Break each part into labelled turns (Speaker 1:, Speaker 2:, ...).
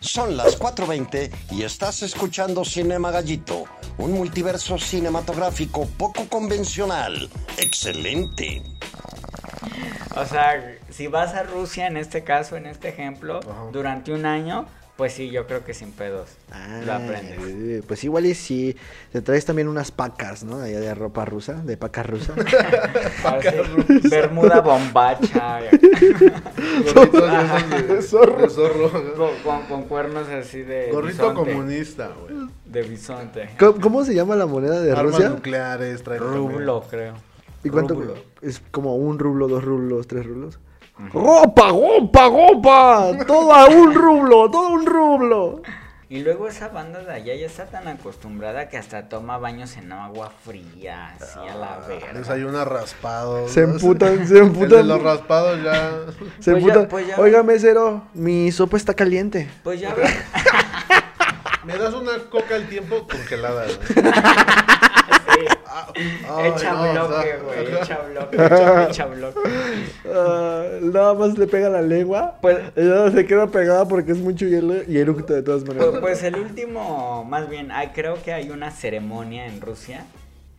Speaker 1: Son las 4.20 y estás escuchando Cinema Gallito, un multiverso cinematográfico poco convencional. ¡Excelente!
Speaker 2: O sea, si vas a Rusia en este caso, en este ejemplo, durante un año, pues sí, yo creo que sin pedos. lo aprendes.
Speaker 3: Ah, eh, Pues igual y si te traes también unas pacas, ¿no? Allá de ropa rusa, de paca rusa.
Speaker 2: Así, Bermuda bombacha.
Speaker 4: Gorritos
Speaker 2: Ajá.
Speaker 4: esos de-
Speaker 3: De zorro.
Speaker 4: de zorro.
Speaker 2: con, con- con cuernos así de.
Speaker 4: Gorrito
Speaker 2: bisonte,
Speaker 4: comunista, güey.
Speaker 2: De bisonte.
Speaker 3: ¿Cómo, cómo se llama la moneda de
Speaker 4: Armas
Speaker 3: Rusia?
Speaker 4: nucleares, trae
Speaker 2: Rublo, creo.
Speaker 3: ¿Y cuánto?
Speaker 4: Rublo.
Speaker 3: Es como un rublo, dos rublos, tres rublos. ¡Ropa, gopa, gopa! ¡Todo a un rublo, todo un rublo!
Speaker 2: Y luego esa banda de allá ya está tan acostumbrada que hasta toma baños en agua fría, así a la
Speaker 4: Ah,
Speaker 2: verga.
Speaker 4: Desayuna raspado.
Speaker 3: Se
Speaker 4: ¿no?
Speaker 3: emputan, se
Speaker 4: El de
Speaker 3: emputan.
Speaker 4: los raspados ya.
Speaker 3: Se
Speaker 2: Pues ya-
Speaker 3: emputan.
Speaker 2: pues ya-
Speaker 3: Oiga, mesero, mi sopa está caliente.
Speaker 2: Pues ya ves,
Speaker 4: Me das una coca al tiempo congelada, güey. Ah, ay,
Speaker 2: echa
Speaker 4: no, o sea,
Speaker 2: bloque, güey, echa bloque, echa, echa bloque.
Speaker 3: Ah, nada más le pega la lengua. Pues ella se queda pegada porque es mucho hielo y eructa de todas maneras.
Speaker 2: Pues, pues el último, más bien, hay- creo que hay una ceremonia en Rusia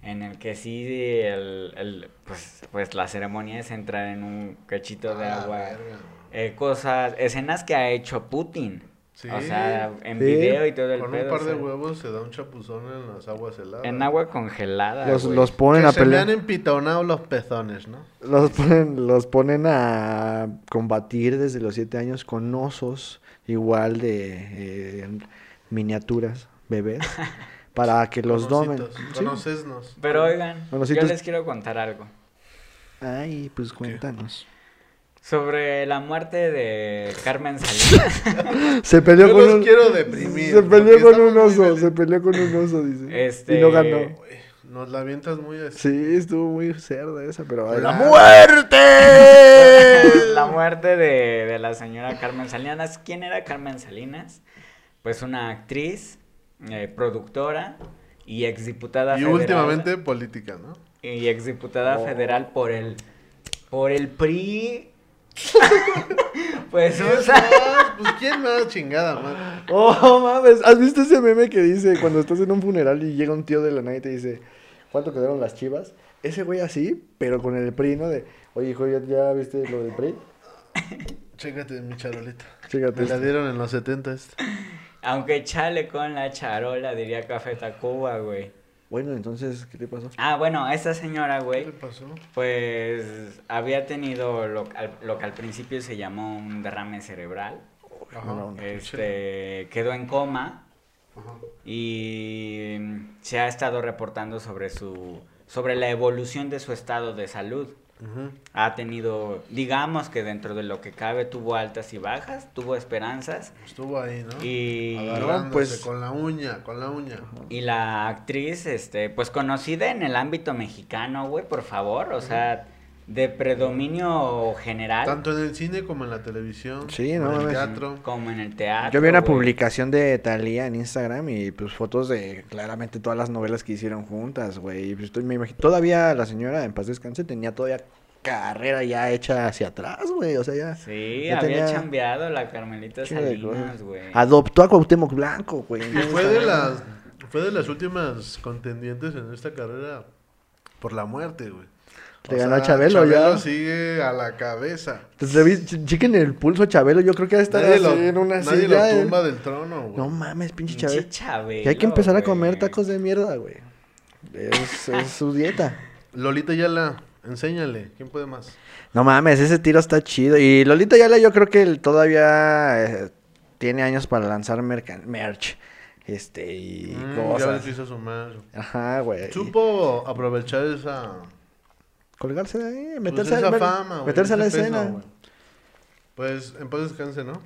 Speaker 2: en el que sí, el, el- pues, pues la ceremonia es entrar en un cachito de
Speaker 4: Ah, la
Speaker 2: agua.
Speaker 4: verga.
Speaker 2: eh, cosas, escenas que ha hecho Putin.
Speaker 4: Sí.
Speaker 2: O sea, en
Speaker 3: Sí.
Speaker 2: video y todo el
Speaker 4: Con
Speaker 2: pedo,
Speaker 4: un par
Speaker 2: o
Speaker 4: de
Speaker 2: sea,
Speaker 4: huevos se da un chapuzón en las aguas heladas.
Speaker 2: En agua congelada.
Speaker 3: los,
Speaker 2: güey.
Speaker 3: los
Speaker 4: Que
Speaker 3: ponen a
Speaker 4: se me han
Speaker 3: pelear.
Speaker 4: empitonado los pezones, ¿no?
Speaker 3: Los ponen, los ponen a combatir desde los siete años con osos, igual de eh, miniaturas, bebés, para que los
Speaker 4: Con
Speaker 3: domen.
Speaker 4: ositos,
Speaker 3: Sí.
Speaker 4: Con osesnos.
Speaker 2: Pero oigan,
Speaker 3: Bueno, si
Speaker 2: yo
Speaker 3: tú-
Speaker 2: les quiero contar algo.
Speaker 3: Ay, pues cuéntanos.
Speaker 2: Sobre la muerte de Carmen Salinas.
Speaker 3: Se peleó
Speaker 4: Yo
Speaker 3: con
Speaker 4: los
Speaker 3: un-
Speaker 4: quiero deprimir.
Speaker 3: Se
Speaker 4: porque
Speaker 3: peleó con
Speaker 4: estamos
Speaker 3: un
Speaker 4: muy
Speaker 3: oso,
Speaker 4: vele-
Speaker 3: se peleó con un oso, dice.
Speaker 2: Este-
Speaker 3: Y no ganó.
Speaker 4: Güey, Nos la avientas muy así.
Speaker 3: Sí, estuvo muy cerda esa, pero...
Speaker 4: La
Speaker 1: ¡Muerte!
Speaker 2: la muerte de, de la señora Carmen Salinas. ¿Quién era Carmen Salinas? Pues una actriz, eh, productora y exdiputada
Speaker 4: Y
Speaker 2: federal.
Speaker 4: últimamente Oh. política, ¿no?
Speaker 2: Y exdiputada federal por el. Por el PRI. pues
Speaker 4: ¿Quién
Speaker 2: o sea,
Speaker 4: más? Pues quién más, chingada, madre.
Speaker 3: Oh, mames. ¿Has visto ese meme que dice cuando estás en un funeral y llega un tío de la nada y te dice, ¿cuánto quedaron las chivas? Ese güey así, pero con el PRI, ¿no? De, oye, hijo, ¿ya, ya viste lo del PRI?
Speaker 4: Chécate mi charolita.
Speaker 3: Chécate este.
Speaker 4: Me la
Speaker 3: esto.
Speaker 4: dieron en los este. 70 esta.
Speaker 2: Aunque chale con la charola, diría Café Tacuba, güey.
Speaker 3: Bueno, entonces, ¿qué te pasó?
Speaker 2: Ah, bueno, esta señora,
Speaker 4: ¿Qué
Speaker 2: güey,
Speaker 4: le pasó?
Speaker 2: pues había tenido lo, al- lo que al principio se llamó un derrame cerebral.
Speaker 4: Ajá.
Speaker 3: no, no.
Speaker 2: Este, quedó en coma
Speaker 4: Ajá.
Speaker 2: y se ha estado reportando sobre su sobre la evolución de su estado de salud.
Speaker 4: Ujú.
Speaker 2: Ha tenido, digamos que dentro de lo que cabe tuvo altas y bajas, tuvo esperanzas
Speaker 4: Estuvo ahí, ¿no?
Speaker 2: y
Speaker 4: Agarrándose
Speaker 3: No, pues-
Speaker 4: con la uña, con la uña.
Speaker 2: Y la actriz, este, pues conocida en el ámbito mexicano, güey, por favor, o sea, de predominio general,
Speaker 4: Tanto en el cine como en la televisión.
Speaker 3: Sí,
Speaker 4: como
Speaker 3: no
Speaker 4: En
Speaker 3: mames.
Speaker 4: el teatro.
Speaker 2: como en el teatro.
Speaker 3: Ah, Yo vi una
Speaker 2: güey.
Speaker 3: publicación de Talía en Instagram y pues fotos de claramente todas las novelas que hicieron juntas, güey. Y, pues, estoy- me imagino, todavía la señora en paz descanse tenía todavía carrera ya hecha hacia atrás, güey. O sea, ya.
Speaker 2: Sí,
Speaker 3: Ya
Speaker 2: había
Speaker 3: tenía
Speaker 2: chambeado la Carmelita
Speaker 3: chingo de
Speaker 2: Salinas,
Speaker 3: cosas.
Speaker 2: güey.
Speaker 3: Adoptó a Cuauhtémoc Blanco, güey.
Speaker 4: Y fue de las fue de las últimas contendientes en esta carrera por la muerte, güey.
Speaker 3: Te ganó Chabelo, ya.
Speaker 4: sigue a la cabeza.
Speaker 3: Pues le vi, ch- chequen el pulso a Chabelo, yo creo que ha de estar
Speaker 4: Nadie
Speaker 3: así
Speaker 4: lo,
Speaker 3: en una
Speaker 4: nadie
Speaker 3: silla.
Speaker 4: lo
Speaker 3: eh.
Speaker 4: tumba del trono, güey.
Speaker 3: No mames, pinche
Speaker 2: Pinche
Speaker 3: Chabelo.
Speaker 2: Chabelo,
Speaker 3: Ya hay que empezar a
Speaker 2: güey.
Speaker 3: comer tacos de mierda, güey. Es, es su dieta.
Speaker 4: Lolita Yala, enséñale, ¿quién puede más?
Speaker 3: No mames, ese tiro está chido. Y Lolita Yala yo creo que él todavía eh, tiene años para lanzar merca- merch. Este, y
Speaker 4: Mm, ya
Speaker 3: cosas.
Speaker 4: ves que hizo su madre.
Speaker 3: Ajá, güey.
Speaker 4: Supo aprovechar esa
Speaker 3: Colgarse de ahí,
Speaker 4: pues,
Speaker 3: meterse,
Speaker 4: esa
Speaker 3: al mer-
Speaker 4: fama, güey,
Speaker 3: meterse a la
Speaker 4: ese peso,
Speaker 3: escena.
Speaker 4: güey. Pues en paz descanse, ¿no?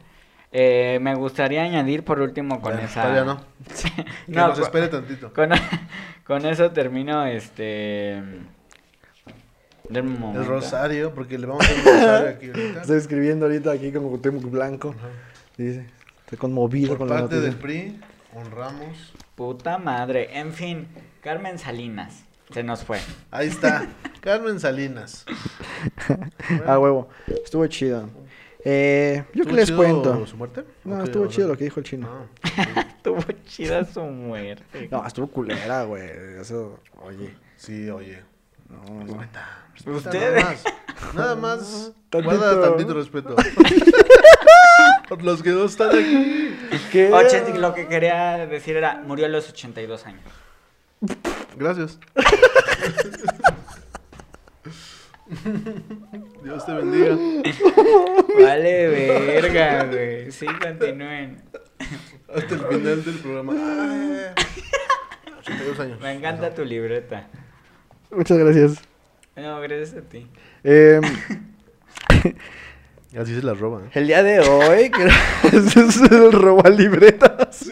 Speaker 2: Eh, me gustaría añadir por último con
Speaker 4: Bueno,
Speaker 2: esa
Speaker 4: Todavía no. Que
Speaker 2: No, pues,
Speaker 4: nos
Speaker 2: con-
Speaker 4: espere tantito.
Speaker 2: con, con eso termino este denme un
Speaker 4: El
Speaker 2: momento.
Speaker 4: rosario, porque le vamos a hacer un rosario aquí ahorita.
Speaker 3: Estoy escribiendo ahorita aquí con Cuauhtémoc Blanco. Dice, estoy conmovido
Speaker 4: Por
Speaker 3: con la
Speaker 4: parte
Speaker 3: noticia.
Speaker 4: del PRI, honramos.
Speaker 2: Puta madre. En fin, Carmen Salinas se nos fue.
Speaker 4: Ahí está, Carmen Salinas.
Speaker 3: Ah, huevo. Estuvo chido. Eh, ¿Yo qué les
Speaker 4: chido
Speaker 3: cuento?
Speaker 4: su muerte?
Speaker 3: No,
Speaker 4: Ok, Ah.
Speaker 3: estuvo
Speaker 4: o sea,
Speaker 3: chido lo que dijo el chino.
Speaker 4: no.
Speaker 2: Tuvo chida su muerte.
Speaker 3: No, estuvo culera, güey. Eso, oye.
Speaker 4: Sí, oye.
Speaker 3: No,
Speaker 2: Ustedes.
Speaker 4: Nada más. Nada más.
Speaker 3: Tantito.
Speaker 4: Guarda tantito respeto. Por los que no están aquí.
Speaker 3: ¿Qué?
Speaker 2: Ochenta- lo que quería decir era, murió a los 82 años.
Speaker 4: Gracias. Dios te bendiga.
Speaker 2: Vale, verga, güey. Sí, continúen.
Speaker 4: Hasta el final del programa. Ay, 82 años.
Speaker 2: Me encanta tu libreta.
Speaker 3: Muchas gracias.
Speaker 2: No, gracias a ti.
Speaker 3: Em,
Speaker 4: Así se las ¿eh? roban.
Speaker 3: el día de hoy, gracias el robo a libretas.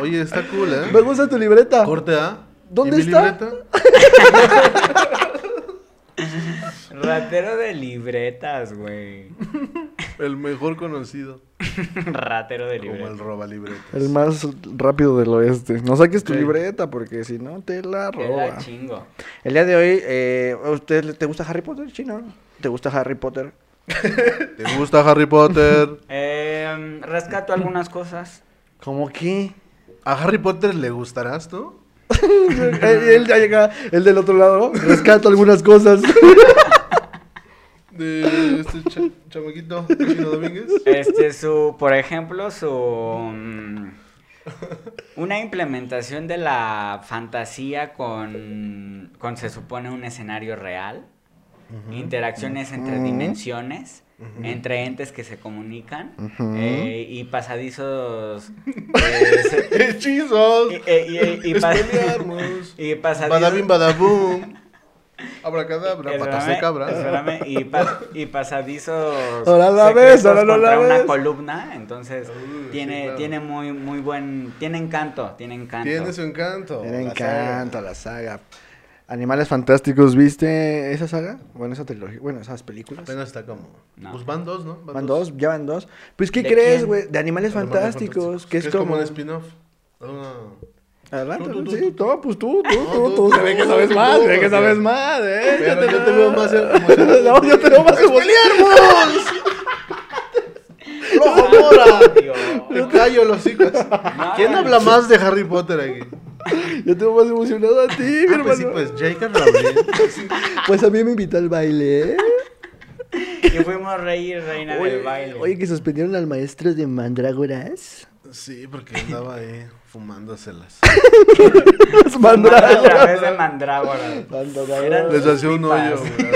Speaker 4: Oye, está cool, ¿eh?
Speaker 3: Me gusta tu libreta.
Speaker 4: Corte A.
Speaker 3: ¿Dónde
Speaker 4: ¿Y mi
Speaker 3: está?
Speaker 4: libreta?
Speaker 2: Ratero de libretas, güey.
Speaker 4: El mejor conocido
Speaker 2: Ratero de
Speaker 4: como el
Speaker 2: libretas.
Speaker 4: roba libreta.
Speaker 3: El más rápido del oeste. No saques tu
Speaker 4: Ok.
Speaker 3: libreta porque si no te la
Speaker 2: Te la
Speaker 3: roba.
Speaker 2: chingo.
Speaker 3: El día de hoy, eh, ¿a usted le- te gusta Harry Potter, chino? ¿Te gusta Harry Potter?
Speaker 4: ¿Te gusta Harry Potter?
Speaker 2: Eh, rescato algunas cosas.
Speaker 3: ¿Cómo qué?
Speaker 4: ¿A Harry Potter le gustarás tú?
Speaker 3: él, él ya llega, el del otro lado, ¿no? rescato algunas cosas.
Speaker 4: De este cha- chamaquito, Chino Domínguez.
Speaker 2: Este, su, por ejemplo, su... mm, Una implementación de la fantasía con, con, se supone, un escenario real. Interacciones entre
Speaker 3: Ujú.
Speaker 2: dimensiones, entre entes que se comunican
Speaker 3: Ujú.
Speaker 2: eh, y pasadizos... eh, se-
Speaker 4: ¡Hechizos!
Speaker 2: y, eh, y- y- y pas-
Speaker 4: Espelearnos.
Speaker 2: y pasadizos...
Speaker 4: Badabim, badabum. Abracadabra,
Speaker 2: Espérame,
Speaker 4: patas de cabra.
Speaker 2: espérame, y, pas- y pasadizos.
Speaker 3: Ahora la
Speaker 2: secretos
Speaker 3: ves, ahora no la
Speaker 2: contra una
Speaker 3: ves.
Speaker 2: columna, entonces
Speaker 4: Uh,
Speaker 2: tiene,
Speaker 4: sí, claro.
Speaker 2: tiene muy, muy buen, tiene encanto, tiene encanto.
Speaker 4: Tiene su encanto.
Speaker 3: Me
Speaker 4: la saga.
Speaker 3: encanta la saga. Animales Fantásticos, ¿viste esa saga? Bueno, esa trilogía, bueno, esas películas.
Speaker 4: Apenas está como.
Speaker 2: No.
Speaker 4: Pues van dos, ¿no?
Speaker 3: Van dos, ya van dos. Pues, ¿qué
Speaker 2: ¿De
Speaker 3: crees,
Speaker 2: quién?
Speaker 3: güey? De Animales
Speaker 4: Hermanos
Speaker 3: Fantásticos, que es como...
Speaker 4: un spin-off. Ah.
Speaker 3: Adelante,
Speaker 4: Tú, tú,
Speaker 3: sí,
Speaker 4: tú.
Speaker 3: no, pues tú, tú,
Speaker 4: No,
Speaker 3: tú,
Speaker 4: tú,
Speaker 3: tú.
Speaker 4: tú,
Speaker 3: Se ve que
Speaker 4: tú,
Speaker 3: sabes
Speaker 4: tú,
Speaker 3: más,
Speaker 4: tú,
Speaker 3: se ve que
Speaker 4: porque-
Speaker 3: sabes más, eh.
Speaker 4: Pero
Speaker 3: Ya
Speaker 4: yo te veo más emocionado.
Speaker 3: No, yo te veo más
Speaker 2: Ah,
Speaker 4: ¡Lo
Speaker 2: Dios.
Speaker 4: Te callo los hijos. ¿Quién habla más de Harry Potter aquí?
Speaker 3: Yo te veo más emocionado a ti, mi
Speaker 4: Ah, pues sí,
Speaker 3: hermano.
Speaker 4: pues J.K. Rowling. Sí.
Speaker 3: Pues a mí me invitó al baile. ¿eh?
Speaker 2: Y fuimos rey y reina del baile.
Speaker 3: oye, que suspendieron al maestro de mandrágoras.
Speaker 4: Sí, porque andaba ahí fumándoselas.
Speaker 2: Mandra-
Speaker 3: Las
Speaker 2: a
Speaker 3: mandrágoras.
Speaker 2: través de mandrágora. Eran-
Speaker 4: Les hacía un
Speaker 2: Pipas.
Speaker 4: hoyo, güey.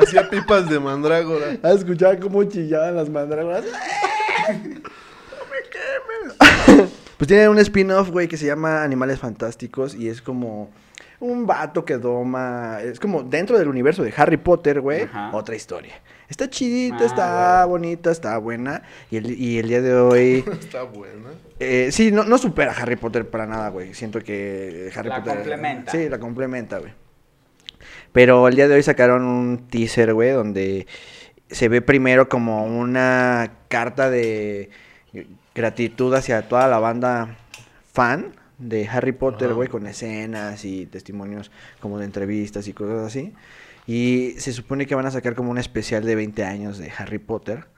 Speaker 4: Hacía pipas de mandrágora.
Speaker 3: ¿Has escuchado Ah, cómo chillaban las mandrágoras? Pues tiene un spin-off, güey, que se llama Animales Fantásticos y es como un vato que doma, es como dentro del universo de Harry Potter, güey,
Speaker 2: Ajá.
Speaker 3: otra historia. Está chidita,
Speaker 2: Ah,
Speaker 3: está bonita, está buena y el, y el día de hoy,
Speaker 4: Está buena.
Speaker 3: eh, sí, no, no supera a Harry Potter para nada, güey. Siento que Harry
Speaker 2: La
Speaker 3: Potter...
Speaker 2: complementa.
Speaker 3: Sí, la complementa, güey. Pero el día de hoy sacaron un teaser, güey, donde se ve primero como una carta de gratitud hacia toda la banda fan de Harry Potter,
Speaker 4: Ajá.
Speaker 3: güey, con escenas y testimonios como de entrevistas y cosas así. Y se supone que van a sacar como un especial de 20 años de Harry Potter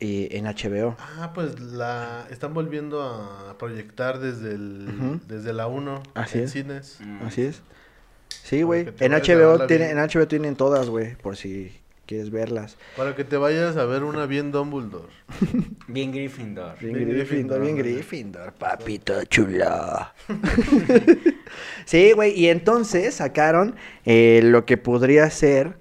Speaker 3: eh, en HBO.
Speaker 4: Ah, pues la están volviendo a proyectar desde el
Speaker 3: Ujú.
Speaker 4: desde la 1
Speaker 3: Así
Speaker 4: en
Speaker 3: es.
Speaker 4: cines.
Speaker 2: Mm.
Speaker 3: Así es. Sí,
Speaker 4: Para
Speaker 3: güey.
Speaker 4: que te
Speaker 3: En
Speaker 4: vayas a verla
Speaker 3: HBO, tiene,
Speaker 4: bien.
Speaker 3: en HBO tienen todas, güey, por si quieres verlas.
Speaker 4: Para que te vayas a ver una bien Dumbledore.
Speaker 2: Bien Gryffindor.
Speaker 3: Bien
Speaker 4: Bien
Speaker 3: Gryffindor,
Speaker 4: Gryffindor,
Speaker 3: bien
Speaker 4: ¿no?
Speaker 3: Gryffindor, papito chulo. sí, güey, y entonces sacaron eh, lo que podría ser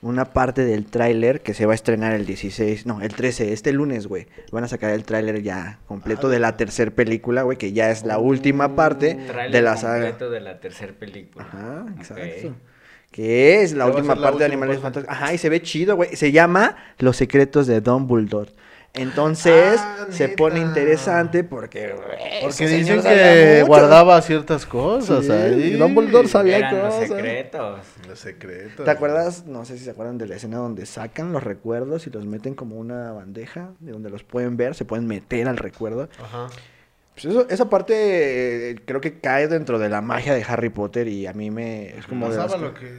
Speaker 3: una parte del tráiler que se va a estrenar el 16, no, el 13, este lunes, güey. Van a sacar el tráiler ya
Speaker 4: Ah,
Speaker 3: completo de la tercera película, güey, que ya es
Speaker 4: Oh,
Speaker 3: la última parte
Speaker 2: Tráiler
Speaker 3: de la saga.
Speaker 2: completo de la tercera película.
Speaker 3: Ajá,
Speaker 2: Ok.
Speaker 3: exacto. Que es la
Speaker 4: Ya va a
Speaker 3: última
Speaker 4: ser
Speaker 3: parte
Speaker 4: la
Speaker 3: de
Speaker 4: última
Speaker 3: Animales
Speaker 4: parte.
Speaker 3: Fantásticos. Ajá, y se ve chido, güey. Se llama Los secretos de Dumbledore. Entonces,
Speaker 4: Ah,
Speaker 3: se pone
Speaker 4: neta.
Speaker 3: interesante porque, güey,
Speaker 4: Porque
Speaker 3: ese señor
Speaker 4: dicen
Speaker 3: sabía
Speaker 4: que
Speaker 3: mucho.
Speaker 4: guardaba ciertas cosas
Speaker 3: Sí,
Speaker 4: ahí.
Speaker 3: Dumbledore sabía
Speaker 2: Eran los
Speaker 3: cosas.
Speaker 2: secretos.
Speaker 4: Los secretos.
Speaker 3: ¿Te acuerdas? No sé si se acuerdan de la escena donde sacan los recuerdos y los meten como una bandeja, de donde los pueden ver, se pueden meter al recuerdo.
Speaker 4: Ajá.
Speaker 3: Pues eso- esa parte eh, creo que cae dentro de la magia de Harry Potter y a mí me... Es como de las
Speaker 4: Pasaba lo
Speaker 3: co-
Speaker 4: que,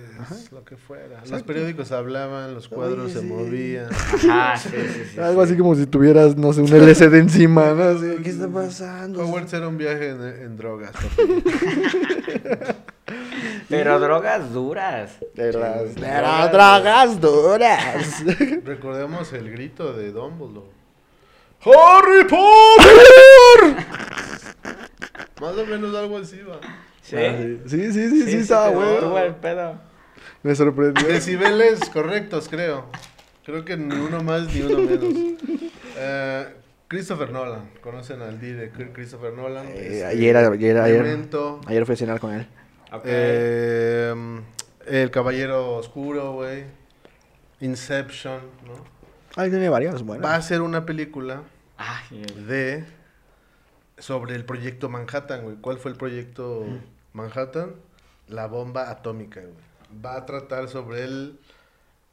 Speaker 4: lo que fuera. Los periódicos hablaban, los cuadros
Speaker 3: Oye,
Speaker 4: se
Speaker 3: sí.
Speaker 4: movían.
Speaker 2: Ajá, Ah, sí, sí, sí.
Speaker 3: Algo así como si tuvieras, no sé, un LSD encima, ¿no? Así, ¿Qué está pasando?
Speaker 4: Howard era un viaje en, en drogas. papi.
Speaker 2: Pero drogas duras.
Speaker 3: De las, de
Speaker 2: Drogas.
Speaker 3: las drogas duras.
Speaker 4: Recordemos el grito de Dumbledore. ¡Harry Potter! Más o menos algo así va.
Speaker 2: Ah, Sí.
Speaker 3: Ah, Sí, sí, sí, sí, estaba
Speaker 2: te
Speaker 3: bueno.
Speaker 2: detuvo el pedo.
Speaker 3: Me sorprendió.
Speaker 4: Decibeles correctos, creo. Creo que ni uno más ni uno menos. Eh, Christopher Nolan. ¿Conocen al D de Cr- Christopher Nolan?
Speaker 3: Eh,
Speaker 4: Este,
Speaker 3: ayer, ayer, ayer,
Speaker 4: Memento,
Speaker 3: ayer fui a cenar con él.
Speaker 2: Ok.
Speaker 4: eh, el Caballero Oscuro, güey. Inception, ¿no?
Speaker 3: Ay, Ah, tiene varios, bueno.
Speaker 4: Va a ser una película
Speaker 2: Ay, el-
Speaker 4: de sobre el proyecto Manhattan, güey. ¿Cuál fue el proyecto
Speaker 2: Mm.
Speaker 4: Manhattan? La bomba atómica, güey. Va a tratar sobre él,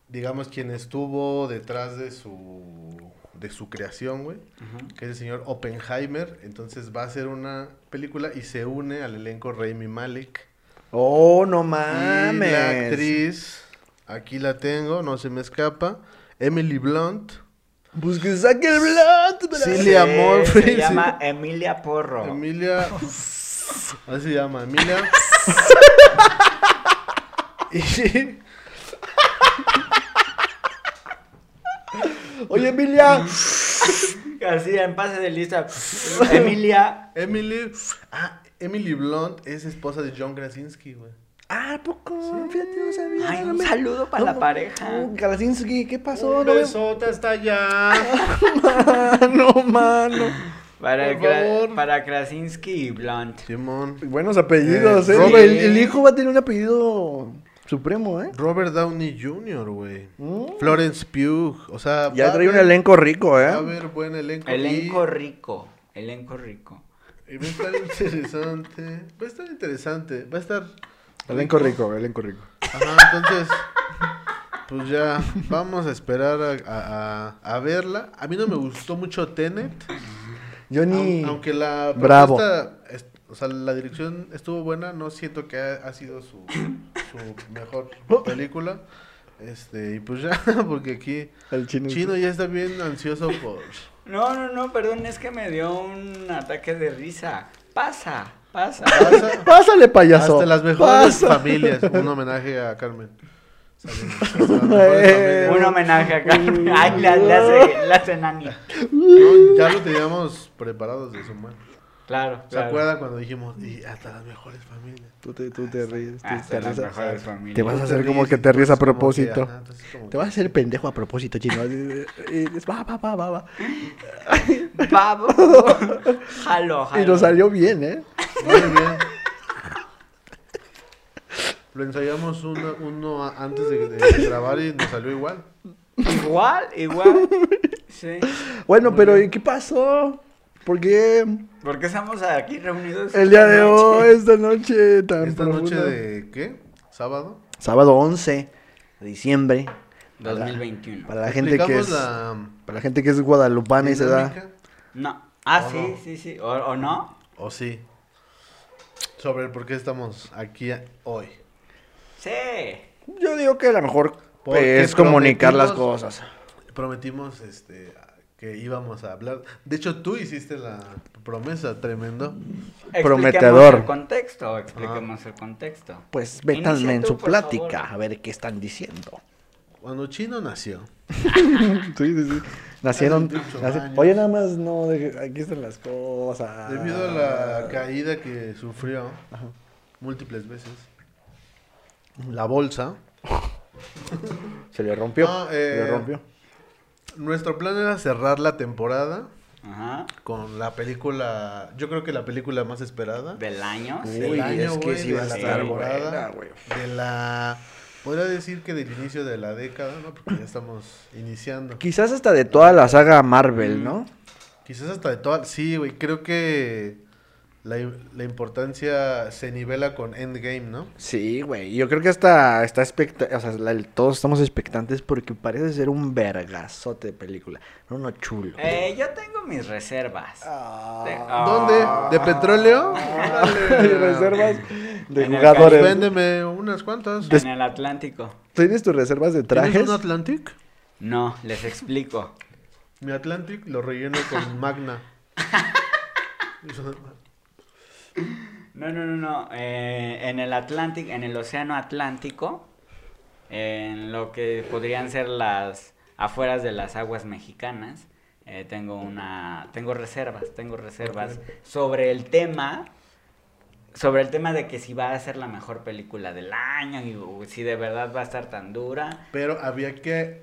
Speaker 4: digamos, quien estuvo detrás de su de su creación, güey,
Speaker 2: Ujú.
Speaker 4: que es el señor Oppenheimer. Entonces va a ser una película y se une al elenco Rami Malek.
Speaker 3: Oh, no
Speaker 4: Y
Speaker 2: Ah,
Speaker 3: mames.
Speaker 4: la actriz, aquí la tengo, no se me escapa, Emily Blunt.
Speaker 3: Pues que saque el blunt.
Speaker 4: Sí, le amó,
Speaker 2: Se,
Speaker 4: sí.
Speaker 2: llama Emilia Porro.
Speaker 4: Emilia. Así se llama, Emilia. y.
Speaker 3: Oye, Emilia.
Speaker 2: Así en pase de lista. Emilia.
Speaker 4: Emily. Ah, Emily Blunt es esposa de John Krasinski, güey.
Speaker 3: ah, ¿a poco. Fíjate, no sabía.
Speaker 2: Ay,
Speaker 3: no
Speaker 2: un
Speaker 3: me-
Speaker 2: saludo para
Speaker 3: no
Speaker 2: la
Speaker 3: me-
Speaker 2: pareja.
Speaker 3: Oh, Krasinski, ¿qué pasó?
Speaker 4: Un
Speaker 3: No, me-
Speaker 4: besote hasta allá.
Speaker 3: no, mano.
Speaker 2: Para,
Speaker 4: Por
Speaker 2: Kra-
Speaker 4: favor.
Speaker 2: para Krasinski y Blunt.
Speaker 4: Simón.
Speaker 3: Buenos apellidos,
Speaker 4: Eh,
Speaker 3: eh.
Speaker 4: Robert-
Speaker 3: El, el hijo va a tener un apellido supremo, eh.
Speaker 4: Robert Downey Jr., güey.
Speaker 3: Mm.
Speaker 4: Florence Pugh. O sea. va
Speaker 3: Ya
Speaker 4: a
Speaker 3: trae un
Speaker 4: haber-
Speaker 3: elenco rico,
Speaker 4: Va a
Speaker 3: eh.
Speaker 4: haber buen elenco. y-
Speaker 2: Elenco rico. Elenco rico.
Speaker 4: Y va a estar interesante. Va a estar interesante. Va a estar.
Speaker 3: Elenco rico, elenco rico.
Speaker 4: Ajá, entonces, pues ya, vamos a esperar a, a- a- a verla. A mí no me gustó mucho Tenet,
Speaker 3: Yo ni.
Speaker 4: aun- aunque la
Speaker 3: Bravo.
Speaker 4: propuesta, es- o sea, la dirección estuvo buena, no siento que ha, ha sido su, su mejor
Speaker 3: Oh.
Speaker 4: película. Este, y pues ya, porque aquí
Speaker 3: El chino.
Speaker 4: Chino ya está bien ansioso por...
Speaker 2: No, no, no, perdón, es que me dio un ataque de risa. Pasa, pasa.
Speaker 4: Pasa-
Speaker 3: Pásale, payaso.
Speaker 4: hasta las mejores
Speaker 3: Pasa.
Speaker 4: familias, un homenaje a Carmen. Saludos. Hasta las mejores
Speaker 3: Eh,
Speaker 4: familias.
Speaker 2: un homenaje a Carmen. Ay, la, la, hace- la hace nani.
Speaker 4: No, ya lo teníamos preparados de su mano.
Speaker 2: Claro,
Speaker 4: ¿Se acuerdan cuando dijimos, y hasta las mejores familias?
Speaker 3: Tú te, tú te ríes. tú
Speaker 2: Ah,
Speaker 3: te,
Speaker 2: son las
Speaker 3: ríes.
Speaker 2: mejores
Speaker 3: te
Speaker 2: familias.
Speaker 3: vas a
Speaker 4: Tú
Speaker 3: hacer como
Speaker 4: ríes
Speaker 3: que
Speaker 4: y
Speaker 3: te ríes a
Speaker 4: entonces como que,
Speaker 3: propósito.
Speaker 4: ajá, entonces como
Speaker 3: Te vas a hacer pendejo a propósito, chino. Así, eh, y es, va, va, va, va, va.
Speaker 2: Babo. Jalo, jalo.
Speaker 3: Y nos salió bien, ¿eh?
Speaker 4: que, Muy bien. Lo ensayamos una- uno a- antes de, de grabar y nos salió igual.
Speaker 2: Igual, igual. Sí.
Speaker 3: Bueno, pero ¿y qué pasó? ¿Por qué
Speaker 2: ¿Por qué estamos aquí reunidos?
Speaker 3: el día de
Speaker 2: esta
Speaker 3: hoy,
Speaker 2: noche?
Speaker 3: esta noche tan
Speaker 4: Esta noche
Speaker 3: profunda?
Speaker 4: de, ¿qué? ¿Sábado?
Speaker 3: Sábado 11 de diciembre.
Speaker 2: 2021.
Speaker 3: Para la gente que
Speaker 4: Explicamos
Speaker 3: es...
Speaker 4: la
Speaker 3: Para la gente que es guadalupana y se da...
Speaker 4: dinámica,
Speaker 2: No. Ah,
Speaker 4: ¿O
Speaker 2: sí,
Speaker 4: no?
Speaker 2: sí, sí. ¿O, o no?
Speaker 4: ¿O sí? Sobre el por qué estamos aquí a- hoy.
Speaker 2: Sí.
Speaker 3: Yo digo que a lo mejor
Speaker 4: Porque
Speaker 3: es comunicar las
Speaker 4: prometimos-
Speaker 3: cosas.
Speaker 4: Prometimos este que íbamos a hablar. De hecho, tú hiciste la promesa, tremendo.
Speaker 2: Expliquemos
Speaker 3: Prometedor.
Speaker 2: el contexto, expliquemos el contexto.
Speaker 3: Pues
Speaker 2: Inicia
Speaker 3: métanme en
Speaker 2: tú,
Speaker 3: su
Speaker 2: por
Speaker 3: plática
Speaker 2: favor.
Speaker 3: a ver qué están diciendo.
Speaker 4: Cuando Chino nació,
Speaker 3: Sí, sí, sí. Nacieron.
Speaker 4: Hace 18
Speaker 3: naci-
Speaker 4: años.
Speaker 3: Oye, nada más no, de- aquí están las cosas.
Speaker 4: debido a la caída que sufrió múltiples veces, la bolsa,
Speaker 3: Se le rompió.
Speaker 4: No,
Speaker 3: Se
Speaker 4: eh,
Speaker 3: le rompió.
Speaker 4: nuestro plan era cerrar la temporada
Speaker 2: Ajá.
Speaker 4: con la película, yo creo que la película más esperada
Speaker 2: Del año. sí.
Speaker 4: del
Speaker 3: Uy,
Speaker 4: año,
Speaker 3: es que
Speaker 4: güey,
Speaker 3: Ah. sí
Speaker 4: de
Speaker 3: va a
Speaker 4: la
Speaker 2: estar
Speaker 4: temporada,
Speaker 3: buena, güey.
Speaker 4: de la, podría decir que del inicio de la década, ¿no? Porque ya estamos iniciando.
Speaker 3: Quizás hasta
Speaker 4: Mm.
Speaker 3: de toda la saga Marvel, ¿no?
Speaker 4: Quizás hasta de todas. Sí, güey, creo que la, la importancia se nivela con Endgame, ¿no?
Speaker 3: Sí, güey. Yo creo que hasta está expecta o sea, la- todos estamos expectantes porque parece ser un vergazote de película. No, no, chulo.
Speaker 2: Eh, yo tengo mis reservas. Ah.
Speaker 4: ¿Dónde? ¿De petróleo? Órale.
Speaker 3: Hay reservas de
Speaker 2: En el
Speaker 4: Pues
Speaker 3: jugadores.
Speaker 4: véndeme unas cuantas.
Speaker 2: En el Atlántico.
Speaker 3: ¿Tienes tus reservas de
Speaker 4: ¿Tienes
Speaker 3: trajes?
Speaker 4: un Atlantic?
Speaker 2: No, les explico.
Speaker 4: Mi Atlantic lo relleno con Magna.
Speaker 2: No, no, no, no. eh, en el Atlántico, en el Océano Atlántico, en lo que podrían ser las afueras de las aguas mexicanas, eh, tengo una, tengo reservas, tengo reservas sobre el tema, sobre el tema de que si va a ser la mejor película del año y u- si de verdad va a estar tan dura.
Speaker 4: Pero había que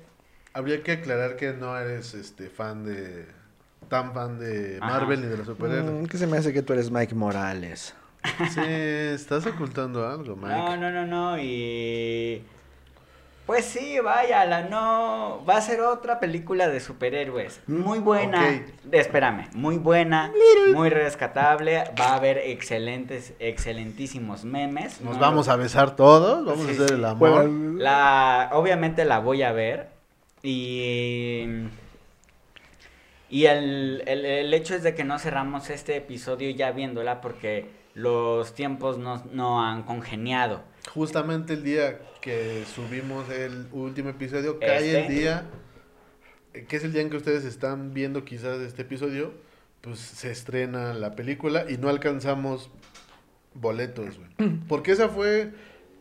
Speaker 4: habría que aclarar que no eres este fan de tan fan de
Speaker 2: Ajá.
Speaker 4: Marvel ni de los superhéroes.
Speaker 3: Mm, ¿Qué se me hace que tú eres Mike Morales?
Speaker 4: Sí, estás ocultando algo, Mike.
Speaker 2: No, no, no, no. Y pues sí, vaya, la no. Va a ser otra película de superhéroes. Muy buena.
Speaker 4: Ok.
Speaker 2: Espérame, muy buena, muy rescatable. Va a haber excelentes, excelentísimos memes.
Speaker 4: Nos
Speaker 2: No
Speaker 4: vamos
Speaker 2: lo-
Speaker 4: a besar todos, vamos
Speaker 2: Sí,
Speaker 4: a hacer
Speaker 2: sí.
Speaker 4: el amor.
Speaker 2: La, obviamente la voy a ver. Y. Y el, el- el hecho es de que no cerramos este episodio ya viéndola porque los tiempos no, no han congeniado.
Speaker 4: Justamente el día que subimos el último episodio, cae
Speaker 2: Este.
Speaker 4: el día, eh, que es el día en que ustedes están viendo quizás este episodio, pues se estrena la película y no alcanzamos boletos, güey. Porque esa fue